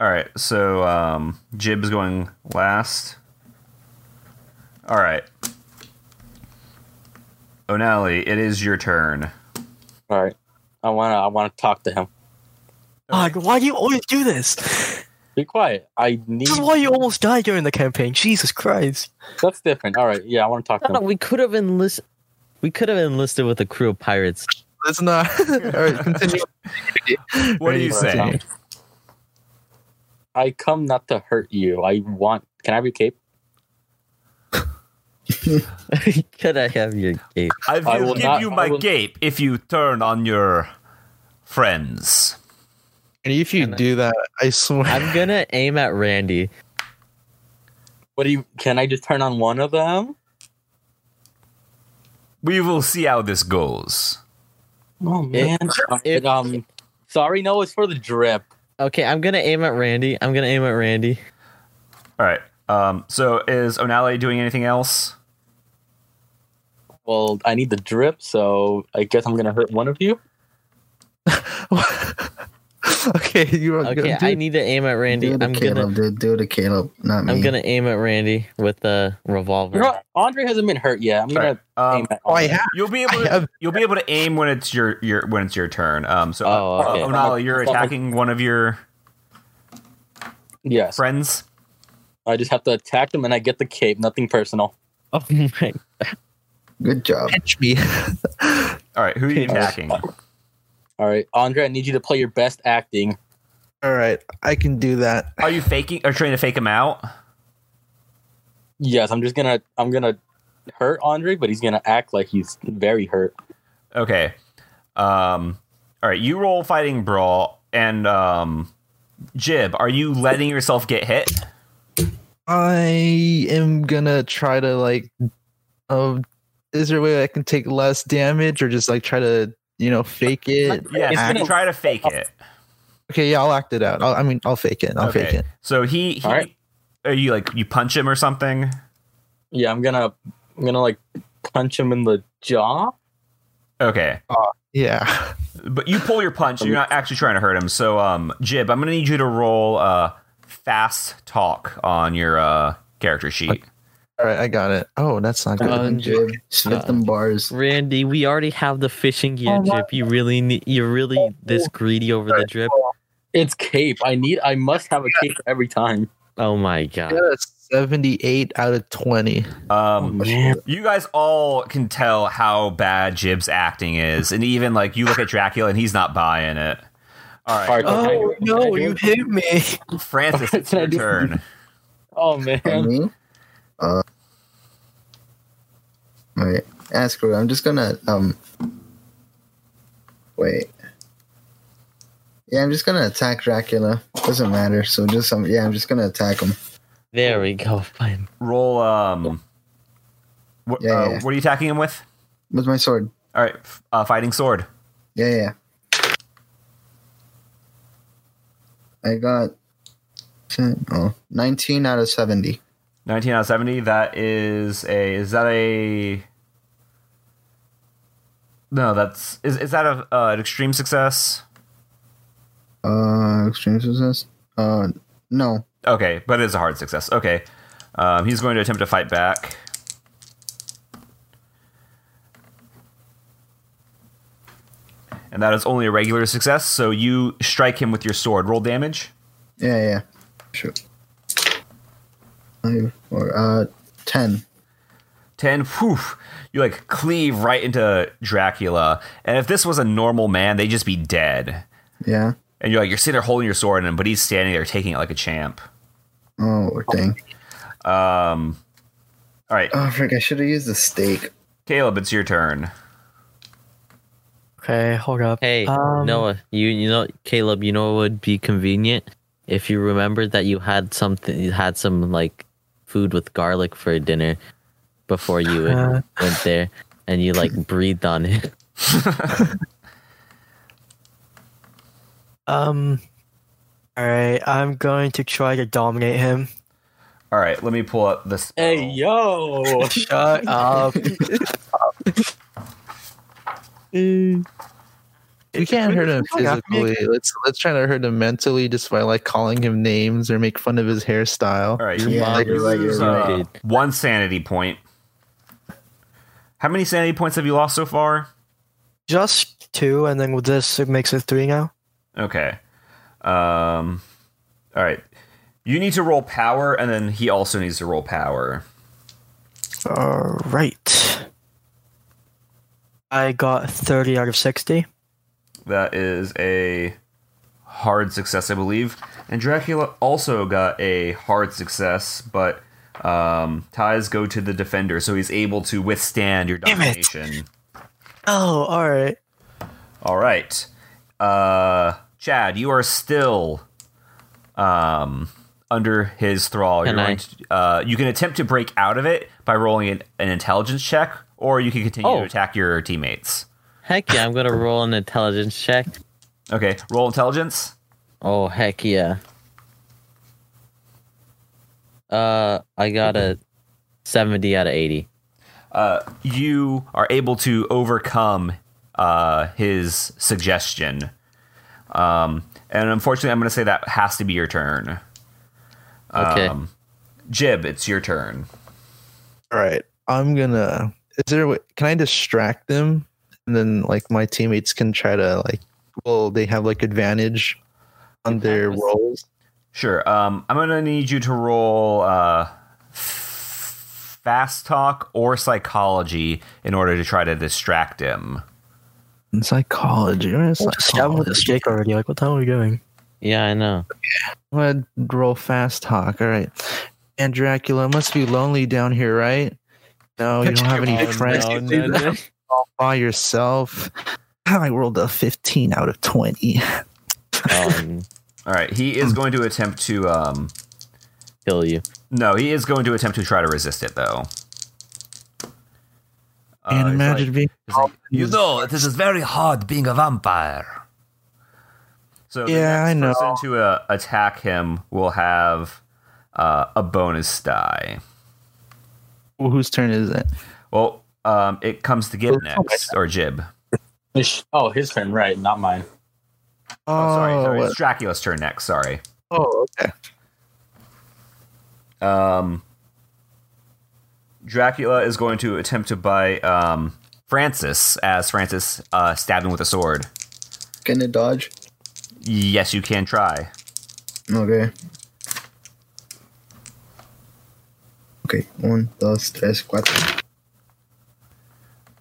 All right, so um, Jib's going last. All right, O'Nally, it is your turn. All right. I wanna. I wanna talk to him. Ah, why do you always do this? Be quiet. I need. This is why you almost died during the campaign. Jesus Christ. That's different. All right. Yeah, I want to talk to No, him. we could have enlisted. We could have enlisted with a crew of pirates. That's not. All right, continue. What do Ready you for it. say? I come not to hurt you. I want. Can I have your cape? could I have your cape? I I will will give not- you I my will- gape if you turn on your friends. And if you And I- do that, I swear. I'm gonna aim at Randy. What do you? Can I just turn on one of them? We will see how this goes. Oh man. if- um, sorry, no, it's for the drip. Okay, I'm gonna aim at Randy. I'm gonna aim at Randy. All right. Um, so is O'Nally doing anything else? Well, I need the drip, so I guess I'm gonna hurt one of you. okay, you are Okay, I need to aim at Randy. Do it to I'm gonna Caleb, dude. Do it to Caleb, not me. I'm gonna aim at Randy with the You know revolver. what? Andre hasn't been hurt yet. I'm gonna All right, aim um, at. Oh, I Andre. have. you'll be able I to, have. you'll be able to aim when it's your your when it's your turn. Um, so Oh, uh, okay. O'Nally, you're attacking one of your Yes, friends. I just have to attack them, and I get the cape. Nothing personal. Oh my! Good job. Catch me. All right, who are you Yes. attacking? All right, Andre, I need you to play your best acting. All right, I can do that. Are you faking or trying to fake him out? Yes, I'm just gonna. I'm gonna hurt Andre, but he's gonna act like he's very hurt. Okay. Um, all right. You roll fighting brawl and um, Jib. Are you letting yourself get hit? I am gonna try to like. Um, is there a way I can take less damage, or just like try to you know fake it? Yeah. It's you gonna- try to fake it. Okay, yeah, I'll act it out. I'll, I mean, I'll fake it. I'll fake Okay. it. So he. he All right. Are you like you punch him or something? Yeah, I'm gonna I'm gonna like punch him in the jaw. Okay. Yeah. But you pull your punch. You're not actually trying to hurt him. So um, Jib, I'm gonna need you to roll uh fast talk on your uh character sheet. All right, I got it. Oh, that's not good. Come on, Jib. Uh, Slip them bars. Randy, we already have the fishing gear drip. You really need. You're really this greedy over the drip. It's cape. I need. I must have a cape every time. Oh my I god. got a 78 out of 20. Um, man. you guys all can tell how bad Jib's acting is, and even like you look at Dracula and he's not buying it. All right, All right, can I do Oh it? Can I no, do you it? hit me. Francis, it's Oh. Can I your do- turn. Oh man. I mean, uh, wait, ask her. I'm just gonna um, wait. Yeah, I'm just gonna attack Dracula. Doesn't matter. So just um, yeah, I'm just gonna attack him. There we go. Fine. Roll. Um, what, Yeah, uh, yeah. what are you attacking him with? with my sword. All right, f- uh, fighting sword. Yeah, yeah. I got 10, oh, 19 out of 70. Nineteen out of seventy. That is a. Is that a? No, that's is is that a uh, an extreme success? Uh, extreme success? Uh, no. Okay, but it is a hard success. Okay. Um, he's going to attempt to fight back. And that is only a regular success, so you strike him with your sword. Roll damage. Yeah, yeah. Sure. Five, four, uh, 10. 10. Whew. You like cleave right into Dracula. And if this was a normal man, they'd just be dead. Yeah. And you're like, you're sitting there holding your sword in him, but he's standing there taking it like a champ. Oh, dang. Um, all right, Oh, frick. I should have used the stake. Caleb, it's your turn. Okay, hold up. Hey, Um, Noah. You you know Caleb. You know what would be convenient if you remembered that you had something. You had some like food with garlic for dinner before you went, went there, and you like breathed on it. Um. All right, I'm going to try to dominate him. All right, let me pull up this. Hey yo. Shut up. We can't hurt him Yeah, I mean- physically. Let's let's try to hurt him mentally just by like calling him names or make fun of his hairstyle. All right, Your you Yeah, mom you're right, lose, you're uh, right. Dude. one sanity point. How many sanity points have you lost so far? Just two, and then with this, it makes it three now. Okay. Um, all right. You need to roll power, and then he also needs to roll power. All right. I got 30 out of 60. That is a hard success, I believe. And Dracula also got a hard success, but um, ties go to the defender, so he's able to withstand your Damn it. domination. Oh, all right. All right. Uh Chad, you are still um under his thrall. Can You're I- going to- uh, you can attempt to break out of it by rolling an, an intelligence check, or you can continue Oh. to attack your teammates. Heck yeah! I'm gonna roll an intelligence check. Okay, roll intelligence. Oh heck yeah. Uh I got a 70 out of 80. Uh, you are able to overcome uh, his suggestion. Um, and unfortunately, I'm going to say that has to be your turn. Okay. Um, Jib, it's your turn. All right. I'm gonna. Is there? a way- Can I distract them, and then like my teammates can try to like? Well, they have like advantage on their rolls. Sure. Um, I'm gonna need you to roll uh, f- fast talk or psychology in order to try to distract him. In psychology. Where is Stab him with psychology? a stick already. Like, what the hell are we doing? yeah, I know. I'm gonna roll fast talk. All right. And Dracula it must be lonely down here, right? No, you don't have any Oh, friends. no, You do no, that no. all by yourself. I rolled a 15 out of 20. Um, All right, he Hmm. is going to attempt to. Um, kill you. no, he is going to attempt to try to resist it though. Uh, and he's imagine like- being he's like, you know, this is very hard being a vampire. So the Yeah, next I know. person to uh, attack him will have uh, a bonus die. Well, whose turn is it? Well, um, it comes to Gib Oh, next or Jib. Ish- Oh, his turn, right? Not mine. Oh, Oh, sorry, sorry. what- It's Dracula's turn next. Sorry. oh, okay. Um, Dracula is going to attempt to buy um, Francis as Francis uh, stabbed him with a sword. Can it dodge? Yes, you can try. Okay. Okay, one, dos, tres, cuatro.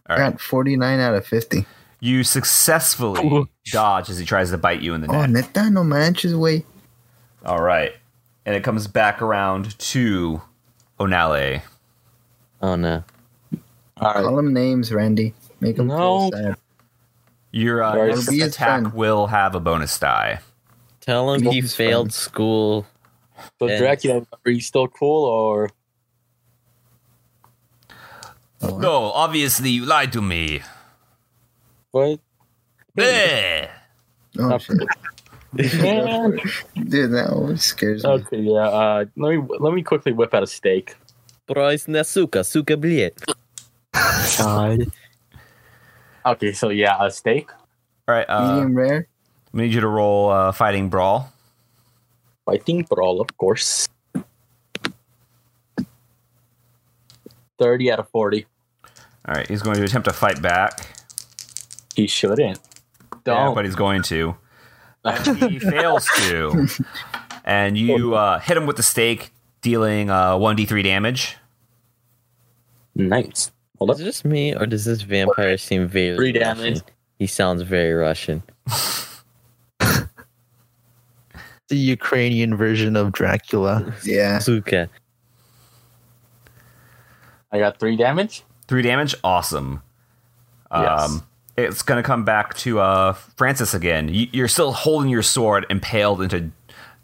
All I right. got 49 out of 50. You successfully dodge as he tries to bite you in the Oh, neck. neta, no manches, way. All right. And it comes back around to Onale. Oh no. All right. Call them names, Randy. Make them No. feel sad. Your uh, Alright, next be his attack friend. will have a bonus die. Tell him he He's failed fine. school. So And- Dracula, are you still cool or No, obviously you lied to me. what? Eh. Oh, Stop. shit. Yeah. Dude, that always scares me. okay, yeah. Uh, let me let me quickly whip out a steak. Brois na suka, suka bliet. God. Okay, so yeah, a steak, All right. Uh, Medium rare? we need you to roll uh, fighting brawl. fighting brawl, of course. Thirty out of forty. All right, he's going to attempt to fight back, He shouldn't. yeah, Don't. but he's going to. And he fails to, and you uh, hit him with the stake, dealing uh, one d three damage. nice. Hold up. Is it just me, or does this vampire seem very Three Russian? damage. He sounds very Russian. The Ukrainian version of Dracula. Yeah. Suka. I got three damage. Three damage, awesome. Um, It's going to come back to uh, Francis again. You, you're still holding your sword impaled into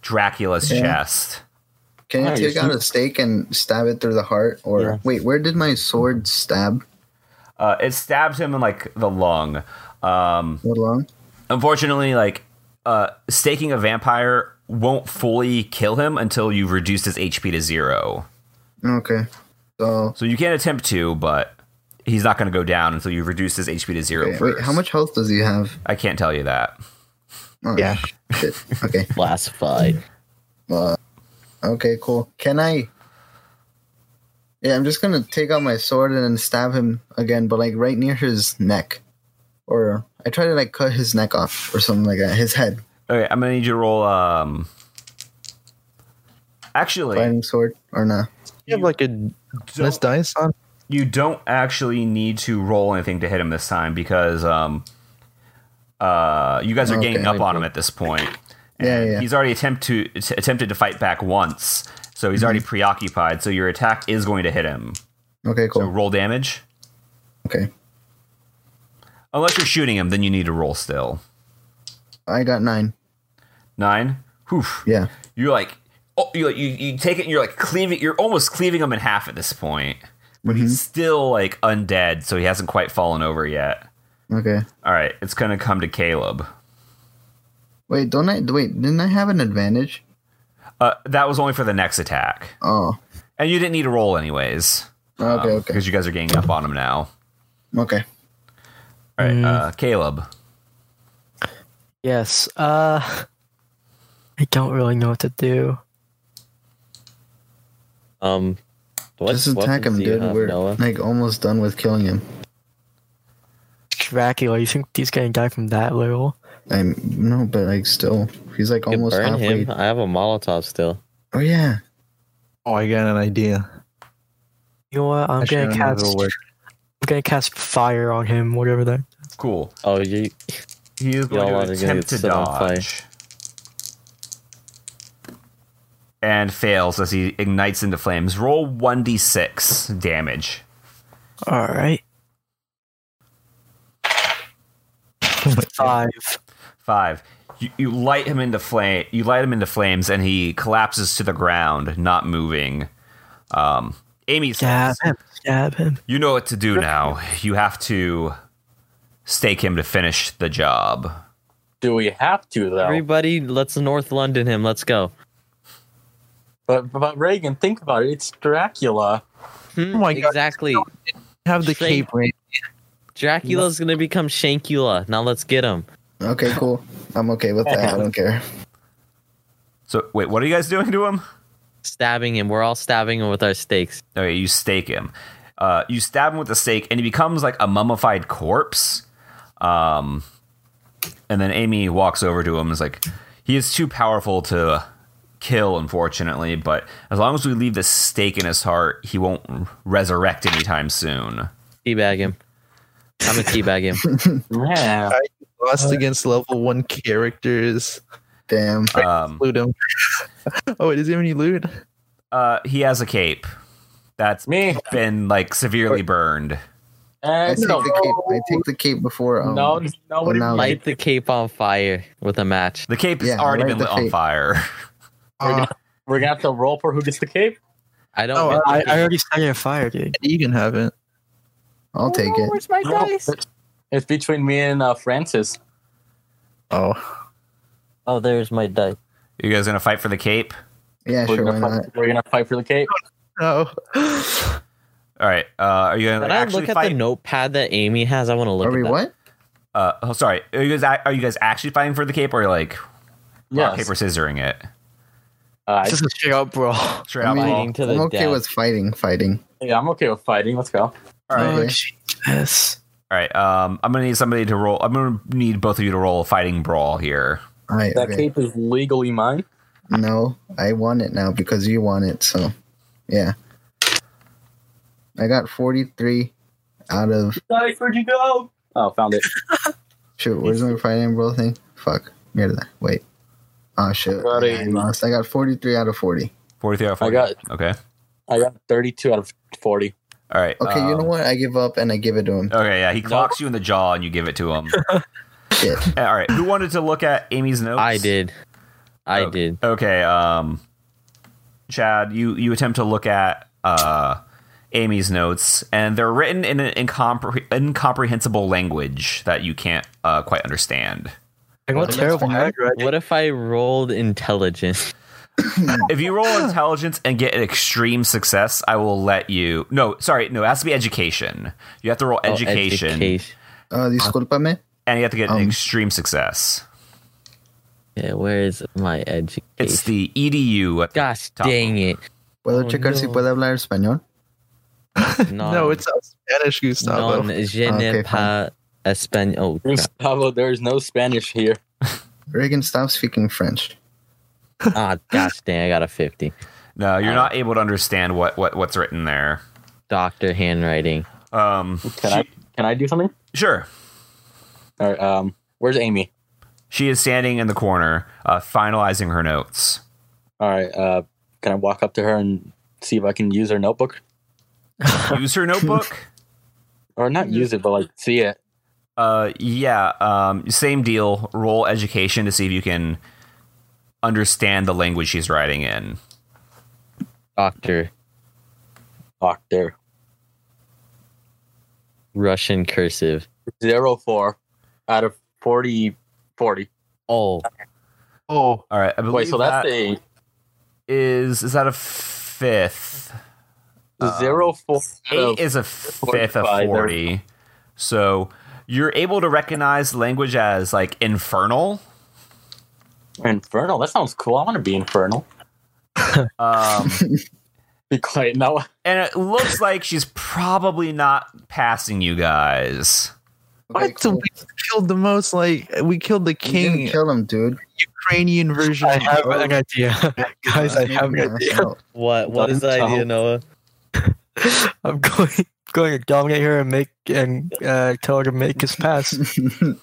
Dracula's Yeah. chest. Can Yeah, you take you out shoot. a stake and stab it through the heart? Or Yeah. wait, where did my sword stab? Uh, it stabs him in like the lung. Um, What long? unfortunately, like uh, staking a vampire won't fully kill him until you've reduced his HP to zero. Okay. So, So you can attempt to, but he's not going to go down until you've reduced his HP to zero okay, first. wait, how much health does he have? I can't tell you that. Oh, Yeah. Shit. Okay. Last fight. Uh, okay, cool. Can I? Yeah, I'm just gonna take out my sword and then stab him again, but like right near his neck, or I try to like cut his neck off or something like that. His head, Okay, I'm going to need you to roll. Um, actually, fighting sword or not? You have like a don't- nice dice on? you don't actually need to roll anything to hit him this time because um uh you guys are Okay. ganging up on him at this point. And Yeah, yeah. He's already attempt to t- attempted to fight back once, so he's Mm-hmm. already preoccupied. So your attack is going to hit him. Okay, So cool. roll damage. Okay, Unless you're shooting him, then you need to roll still. I got nine. Nine. Oof. Yeah. You're like, oh, you you you take it. and You're like cleaving. You're almost cleaving him in half at this point. But he's Mm-hmm. still like undead, so he hasn't quite fallen over yet. Okay. All right, it's gonna come to Caleb. Wait, don't I? Wait, didn't I have an advantage? Uh, that was only for the next attack, Oh. and you didn't need to roll anyways Um, Okay. okay. because you guys are ganging up on him now. Okay. All right, uh, Caleb. Yes. Uh I don't really know what to do. Um, what, Just attack him, weapons do you dude. have, We're uh, Noah? like almost done with killing him. Dracula, you think he's gonna die from that little? I'm no, but like still, he's like You can almost burn halfway. him. I have a Molotov still. Oh yeah. Oh, I got an idea. You know what? I'm Actually, I gonna don't know if cast it'll work. I'm gonna cast fire on him, whatever that Cool. Oh, you He is going Y'all are to gonna attempt get to set on fire. dodge. And fails as he ignites into flames. Roll 1d6 damage. All right. Five. Five. You, you light him into flame. You light him into flames, and he collapses to the ground, not moving. Um, Amy Stab says, him. Stab him. "You know what to do now. You have to stake him to finish the job." Do we have to though? Everybody, let's North London him. Let's go. But but Reagan, think about it. It's Dracula. Hmm, Oh my God. exactly. Have the Straight- cape right. Dracula's gonna become Shankula. Now let's get him. Okay, cool. I'm okay with that. I don't care. So wait, what are you guys doing to him? Stabbing him. We're all stabbing him with our stakes. Okay, you stake him. Uh, you stab him with the stake, and he becomes like a mummified corpse. Um, and then Amy walks over to him and is like, "He is too powerful to kill, unfortunately. But as long as we leave the stake in his heart, he won't resurrect anytime soon." Teabag him. I'm gonna teabag him. Yeah. Lost against level one characters. Damn. Um, Loot him. oh, wait, does he have any loot? uh, he has a cape that's Me. been like severely burned. I Uh, take no. the cape. I take the cape before. Um, No, nobody now- likes Light the cape on fire with a match. The cape has Yeah, already right, been the lit on cape. fire. Uh, We're gonna have to roll for who gets the cape. I don't. Oh, get the I, cape. I already started a fire, dude. you can have it. I'll take it. Where's my No, it's- It's between me and uh, Francis. Oh, Oh, there's my dice. You guys gonna fight for the cape? Yeah, we're, sure. Why gonna not? fight, we're gonna fight for the cape. no. All right. Uh, are you gonna When like, I actually look at fight? the notepad that Amy has, I want to look Are at we that. what? Uh, oh, sorry. Are you guys are you guys actually fighting for the cape, or are you like rock Yes. paper scissoring it? Uh, This is straight up, bro. All Straight I up. mean- all- Fighting to the I'm okay death. with fighting. Fighting. yeah, I'm okay with fighting. Let's go. all right. Oh, Okay. Jesus. All right. Um, I'm gonna need somebody to roll. I'm gonna need both of you to roll a fighting brawl here. All right. That okay. cape is legally mine. No, I want it now because you want it. So, yeah. I got 43 out of. Dice, where'd you go? Oh, found it. Shoot, where's my fighting bro thing? Fuck. Here to that. Wait. Oh, shit. Got it. I lost. I got 43 out of 40. Forty-three out of I forty. got Okay. I got 32 out of 40. All right. Okay, you know um, what? I give up and I give it to him. Okay. Yeah. He clocks you in the jaw, and you give it to him. Shit. all right. Who wanted to look at Amy's notes? I did. I Okay. did. Okay. Um, Chad, you you attempt to look at uh Amy's notes, and they're written in an incompre- incomprehensible language that you can't uh, quite understand. Like, what That's terrible fine. handwriting. What if I rolled intelligence? If you roll intelligence and get an extreme success, I will let you. No, sorry, no, it has to be education. You have to roll Oh, education, education. Uh, disculpame. and you have to get an Um, extreme success. Yeah, where is my education? It's the E edu. at the Gosh top. dang it. Puedo Oh, checar si no. puede hablar español? Non, No, it's Spanish, Gustavo. non, je Okay, n'ai fine. pas Espan- Oh, God. Gustavo, there's no Spanish here. Reagan, stop speaking French. ah, gosh dang, I got a 50. No, you're not able to understand what, what what's written there. Doctor handwriting. Um, Can I can I do something? sure. All right, um, where's Amy? She is standing in the corner, uh, finalizing her notes. All right, uh, can I walk up to her and see if I can use her notebook? Use her notebook. Or not use it, but like see it. Uh, yeah. Um, same deal. Roll education to see if you can understand the language she's writing in. Doctor Doctor. Russian cursive. Zero four out of 40. 40. Oh, Oh, All right. I believe Wait, so that- that's a is is that a fifth? uh, Um, zero four. Eight out of- is a fifth of 45, there we forty. So you're able to recognize language as like infernal. Infernal. That sounds cool. I want to be Infernal. Um, Be quiet now. and it looks like she's probably not passing you guys. Okay, what? We killed the most. Like we killed the You didn't king. kill him, dude. Ukrainian version. I have an idea. Guys, I have an Knock idea. out. what? What is the Don't idea, tell. Noah? I'm going going to dominate her and make and uh, tell her to make his pass.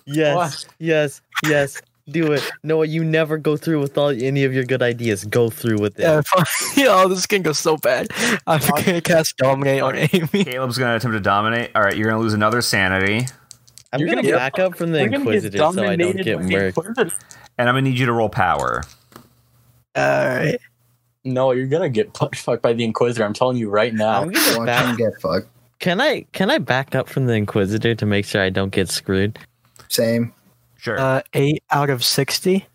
Yes, What? yes, yes, do it. Noah, you never go through with all any of your good ideas. Go through with it. Yeah, oh, this can go so bad. I'm gonna cast dominate on Amy. Caleb's going to attempt to dominate. All right, you're going to lose another sanity. I'm You're gonna, gonna get- back up from the We're gonna Inquisitor so I don't dominated get with the murked. Inquisitor. And I'm going to need you to roll power. Alright. No, you're gonna get pu- fucked by the Inquisitor. I'm telling you right now. I'm gonna Watch back. him get fucked. Can I can I back up from the Inquisitor to make sure I don't get screwed? Same. Sure. Uh, eight out of sixty.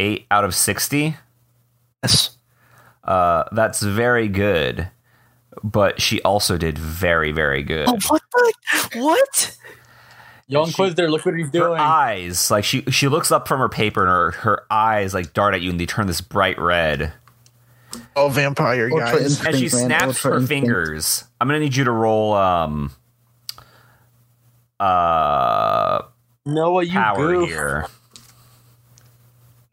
Eight out of 60. Yes. Uh, that's very good. But she also did very, very good. Oh, what the? What? Yo, She- Inquisitor, look what he's her doing. eyes, like she she looks up from her paper and her, her eyes like dart at you and they turn this bright red. Oh, vampire Ultra guys. As she instinct, man. snaps Ultra her instinct. fingers, I'm gonna need you to roll um uh Noah, you power goof. here.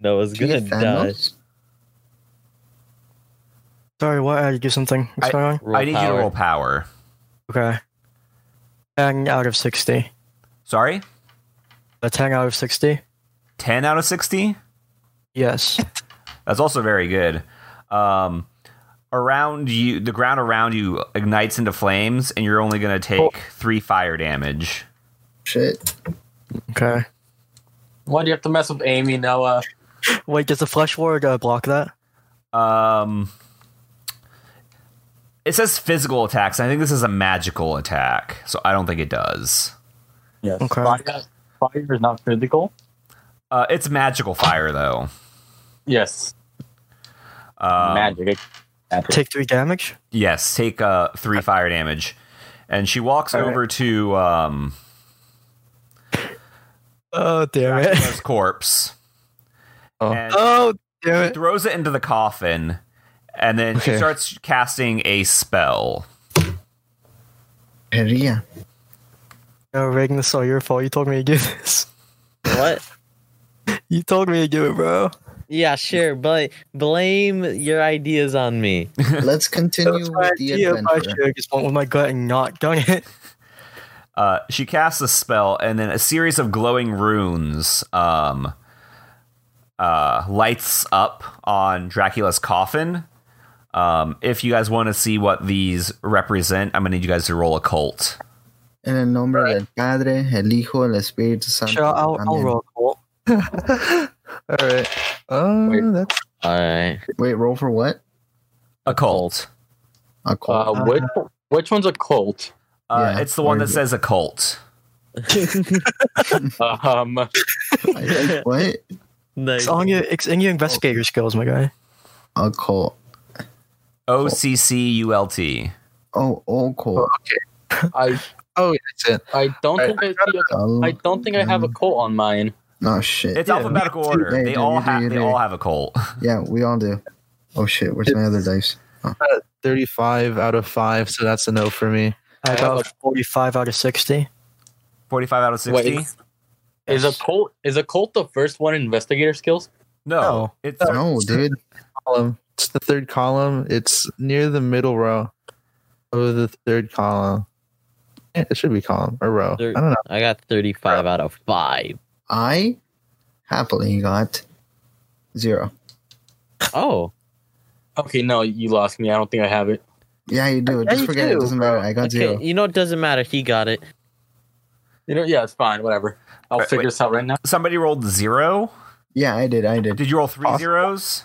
That was Did gonna you get die. Thanos? Sorry, what? I do something. What's going on? Roll I need you to power. roll power. Okay. Ten out of sixty. Sorry, A ten out of sixty. ten out of sixty. Yes. That's also very good. Um, around you, the ground around you ignites into flames, and you're only gonna take three fire damage. Shit. Okay. Why do you have to mess with Amy, Noah? Wait, does the flesh ward uh, block that? Um, it says physical attacks. and I think this is a magical attack, so I don't think it does. Yes. Okay. Fire, fire is not physical. Uh, it's magical fire though. Yes. Um, magic. Magic. Take three damage. Yes, take uh, three fire damage, and she walks All right. over to um, Oh damn Dracula's corpse. Oh. and Oh damn it. throws it into the coffin, and then she Okay. starts casting a spell. Area. No, Reagan, this is all your fault. You told me to do this. What? You told me to do it, bro. Yeah, sure, but blame your ideas on me. Let's That continue was my with the idea, but I adventure. should have just went with my gut and not done it. Uh, she casts a spell, and then a series of glowing runes um, uh, lights up on Dracula's coffin. Um, if you guys want to see what these represent, I'm gonna need you guys to roll a cult. En el nombre del Padre, el Hijo, el Espíritu Santo. Sure, I'll, I'll Amen. roll a cult. All right. Oh, Wait. that's All right. Wait, roll for what? A cult. A cult. Uh, which which one's a cult? Uh, Yeah, it's the one where that is it? says a cult. Um, I think- what? It's Nice. on your, it's in your investigator skills, my guy. A cult. O C C U L T. Oh, oh, cult. I oh, yeah, that's it. I don't think I, see a, Oh, I don't think I have a cult on mine. oh shit. Uh, It's Yeah, alphabetical me too. order. Yeah, They yeah, all you do, have you they do. all have a cult. Yeah, we all do. Oh shit, where's my other dice? 35 out of 5, so that's a no for me. I have got a- 45 out of 60. Forty five out of sixty. Wait, is a cult is a cult the first one in investigator skills? no, no. it's No, dude. Column. It's the third column. It's near the middle row of the third column. Eh, It should be column or row. Third- I don't know. I got 35 out of 5. I happily got zero. Oh, Okay, no, you lost me. I don't think I have it. Yeah, you do. Yeah, Just you forget do, it. Doesn't matter. I got okay. zero. You know, it doesn't matter. He got it. You know, yeah, it's fine. Whatever. I'll Wait, figure wait. this out right now. somebody rolled zero. Yeah, I did. I did. Did you roll three Awesome. zeros?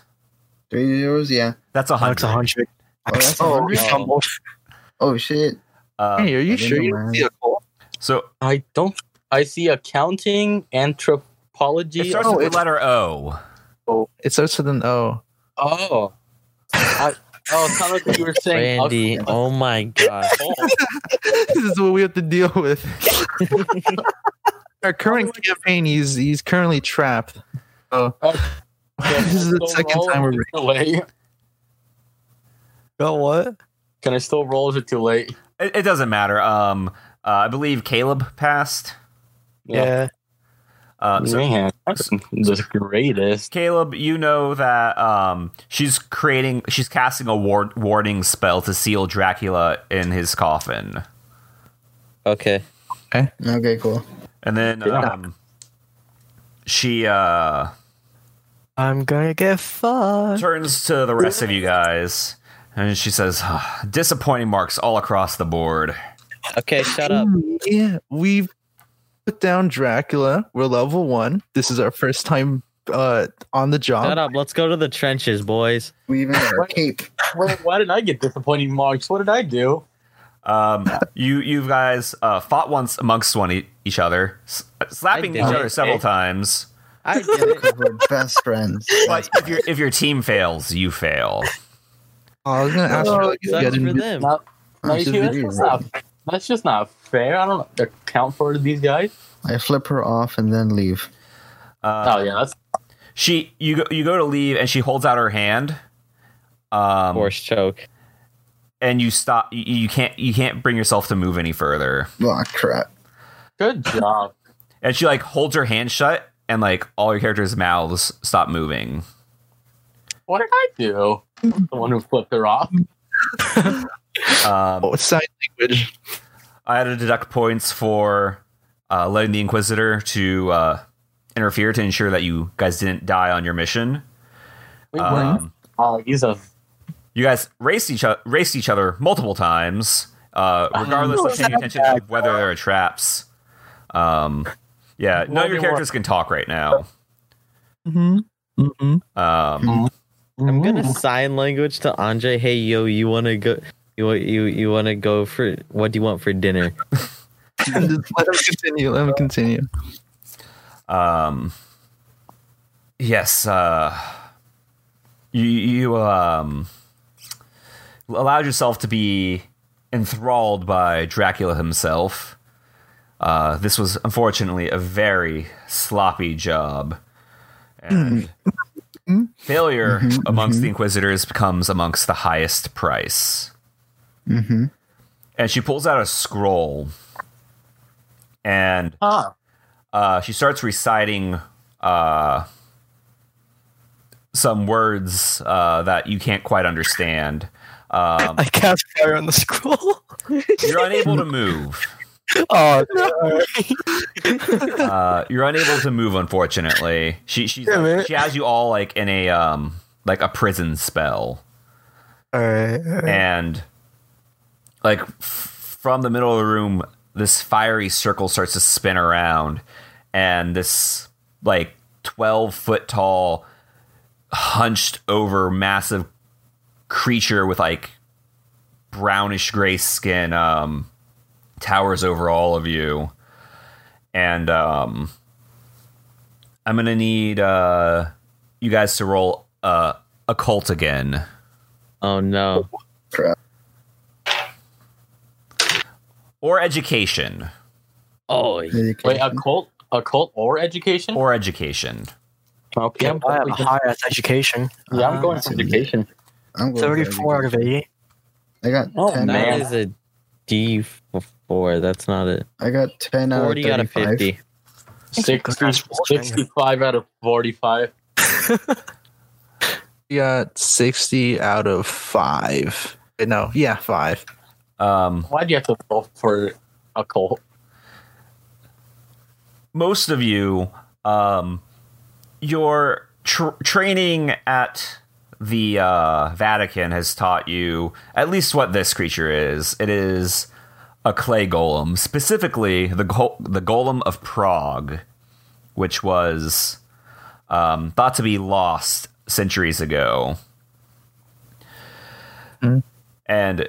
Three zeros. Yeah. That's a hundred. That's 100. Oh, that's a Oh, hundred? you fumbled. Oh shit. Uh, hey, are you I didn't sure know, you man. don't see a call? so I don't. I see accounting, it anthropology. starts oh, with the it's- letter O. It starts with an O. Oh. I, oh, it sounded like you were saying. Randy. a- Oh my gosh. this is what we have to deal with. Our current campaign, he's he's currently trapped. So Okay. this is the Still second roll time if we're it's too late? Got what? Can I still roll? Is it too late? It, it doesn't matter. Um, uh, I believe Caleb passed. Yeah. Uh, so Man, that's the greatest. Caleb, you know that um, she's creating, she's casting a ward, warding spell to seal Dracula in his coffin, Okay. Okay, cool. and then Yeah. um, she uh, I'm gonna get fucked. turns to the rest of you guys and she says, "Ah, "Disappointing marks all across the board." Okay, shut up. Yeah, we've put down Dracula. We're level one. This is our first time uh, on the job. Shut up. Let's go to the trenches, boys. We even got our cape. Why, why did I get disappointing marks? What did I do? Um, you you guys uh, fought once amongst one e- each other, s- slapping I each did. other several Hey. times. I did it. We're best friends. But if your if your team fails, you fail. Oh, I was gonna ask you, like, if you Sucks had for invi- them. Not, I you should see, that's, be just not, that's just not fair. I don't account for these guys. I flip her off and then leave. Uh, oh yeah, that's She you go you go to leave and she holds out her hand. Um, Force choke. and you stop. You, you can't you can't bring yourself to move any further. Oh crap! good job. And she like holds her hand shut, and like all your characters' mouths stop moving. What did I do? The one who flipped her off. Um, Oh, sign language. I had to deduct points for uh, letting the Inquisitor to uh, interfere to ensure that you guys didn't die on your mission. We Uh, weren't. Um, Oh, he's a you guys raced each other, raced each other multiple times, uh, regardless of paying attention to whether there are traps. Um, yeah, none of your characters can talk right now. Mm-hmm. Mm-hmm. Um, I'm gonna sign language to Andre. Hey, yo, you wanna go? You wa- you you wanna go for what do you want for dinner? Just let him continue. Let him continue. um, yes, uh, you you um, allowed yourself to be enthralled by Dracula himself. Uh, this was unfortunately a very sloppy job. And failure amongst the Inquisitors becomes amongst the highest price. Mm-hmm. And she pulls out a scroll. And ah. uh, she starts reciting uh, some words uh, that you can't quite understand. Um, I cast fire on the scroll. you're unable to move. oh, no. Uh, you're unable to move, unfortunately. She she's, Damn it. she has you all like in a um like a prison spell, all right. all right. and like f- from the middle of the room, this fiery circle starts to spin around, and this like twelve foot tall, hunched over, massive creature with like brownish gray skin um, towers over all of you. And um, I'm going to need uh, you guys to roll uh, a cult again. Oh no, Crap. Or education. oh Wait, uh, a cult, a cult or education? Or oh, education. okay, I'm, I have a going- high ass education. yeah, Ah, I'm uh, going for education. I'm going Thirty-four out of eighty. I got Oh, ten. that man. is a D four. That's not it. I got ten out Forty out of of thirty-five. fifty. 60, 65 out of 45. We got sixty out of five. Wait, No, yeah, five. Um, Why'd you have to go for a cult? most of you, um, your tr- training at the uh, Vatican has taught you at least what this creature is. It is a clay golem, specifically the go- the golem of Prague, which was um, thought to be lost centuries ago. And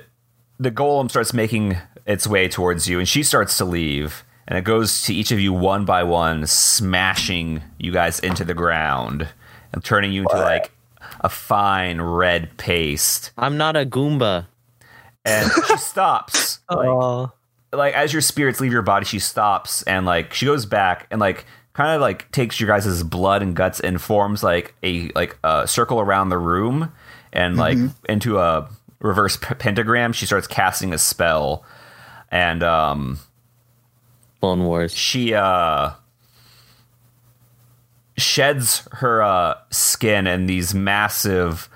the golem starts making its way towards you, and she starts to leave, and it goes to each of you one by one, smashing you guys into the ground and turning you into like a fine red paste. I'm not a Goomba. And she stops, like, Oh, like as your spirits leave your body, she stops and like she goes back and like kind of like takes your guys' blood and guts and forms like a like a circle around the room and like into a reverse p- pentagram. She starts casting a spell and um Clone Wars. she uh sheds her uh skin and these massive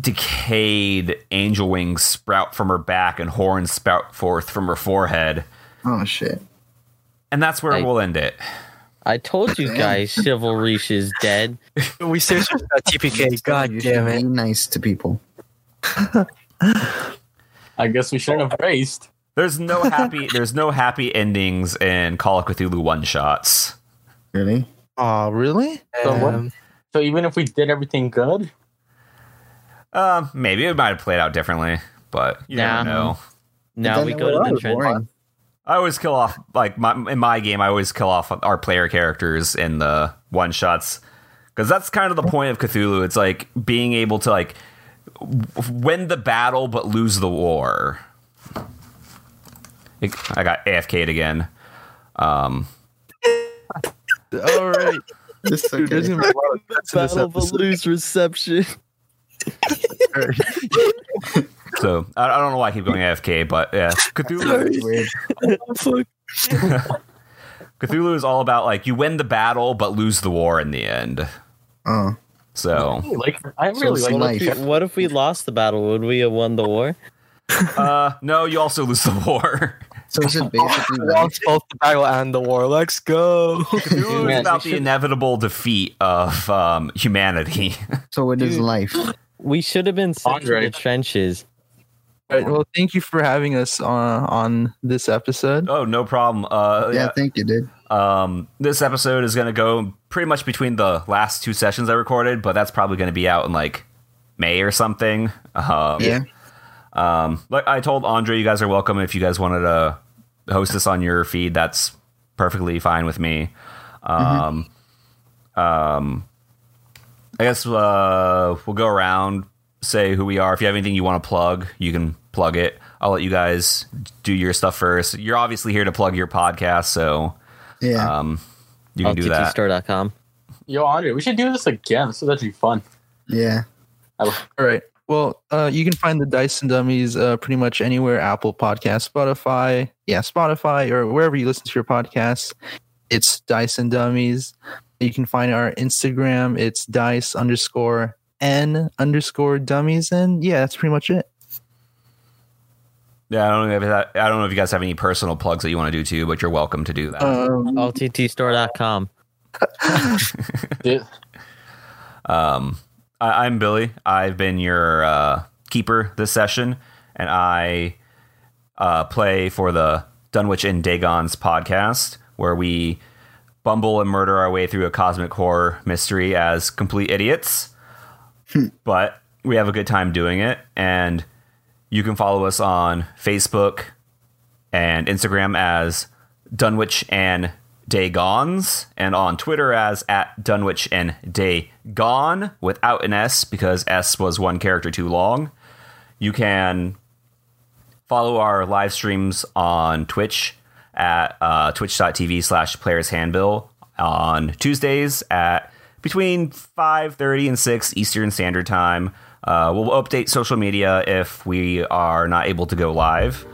decayed angel wings sprout from her back and horns spout forth from her forehead Oh shit! and that's where I- we'll end it I told you guys, chivalry is dead. Oh. We seriously got TPK. God you damn should it. Be nice to people. I guess we shouldn't have raced. There's no happy. there's no happy endings in Call of Cthulhu one shots. Really? Oh, really? So what? Um, So even if we did everything good, Um, maybe it might have played out differently, but you Nah. never know. Now Then we it go to the was trend. boring. I always kill off like my in my game. I always kill off our player characters in the one shots because that's kind of the point of Cthulhu. It's like being able to like w- win the battle but lose the war. I got AFK'd again. Um, All right. This is Dude, there's okay. gonna be a lot of cuts in this Battle of a episode. loose reception. so I, I don't know why I keep going AFK, but yeah, Cthulhu. It's weird. Cthulhu is all about like you win the battle but lose the war in the end. Oh, So I like I So really it's like life. that. What if we lost the battle? Would we have won the war? uh, no, you also lose the war. so is Oh, it basically we like, lost both the battle and the war. Let's go. Cthulhu is Man, about we the inevitable defeat of um, humanity. so it is Dude. Oh, life. We should have been sent to Andre. the trenches. All right. Well, thank you for having us on on this episode. oh, no problem. Uh, Yeah, yeah. thank you, dude. Um, this episode is going to go pretty much between the last two sessions I recorded, but that's probably going to be out in like May or something. Um, Yeah. Um, like I told Andre, you guys are welcome. If you guys wanted to host this on your feed, that's perfectly fine with me. Um, um, I guess uh, we'll go around, say who we are. If you have anything you want to plug, you can plug it. I'll let you guys do your stuff first. You're obviously here to plug your podcast, so Uh, Yeah. um, you can do that. LTTstore.com. Yo, Andre, we should do this again. This is actually fun. yeah. All right. Well, uh, you can find the Dice and Dummies uh, pretty much anywhere Apple Podcast, Spotify, yeah, Spotify, or wherever you listen to your podcasts. It's Dice and Dummies. You can find our Instagram. It's Dice underscore N underscore Dummies. And yeah, that's pretty much it. Yeah, I don't know if that, I don't know if you guys have any personal plugs that you want to do too, but you're welcome to do that. Uh, Um, LTTstore.com. Dude, Um, I, I'm Billy. I've been your uh, keeper this session, and I uh, play for the Dunwich and Dagon's podcast, where we bumble and murder our way through a cosmic horror mystery as complete idiots. but we have a good time doing it, and you can follow us on Facebook and Instagram as Dunwich and Day Gone's, and on Twitter as at Dunwich and Day Gone without an S because S was one character too long. You can follow our live streams on Twitch at uh, twitch.tv slash players handbill on Tuesdays at between 5.30 and 6 Eastern Standard Time. Uh, we'll update social media if we are not able to go live.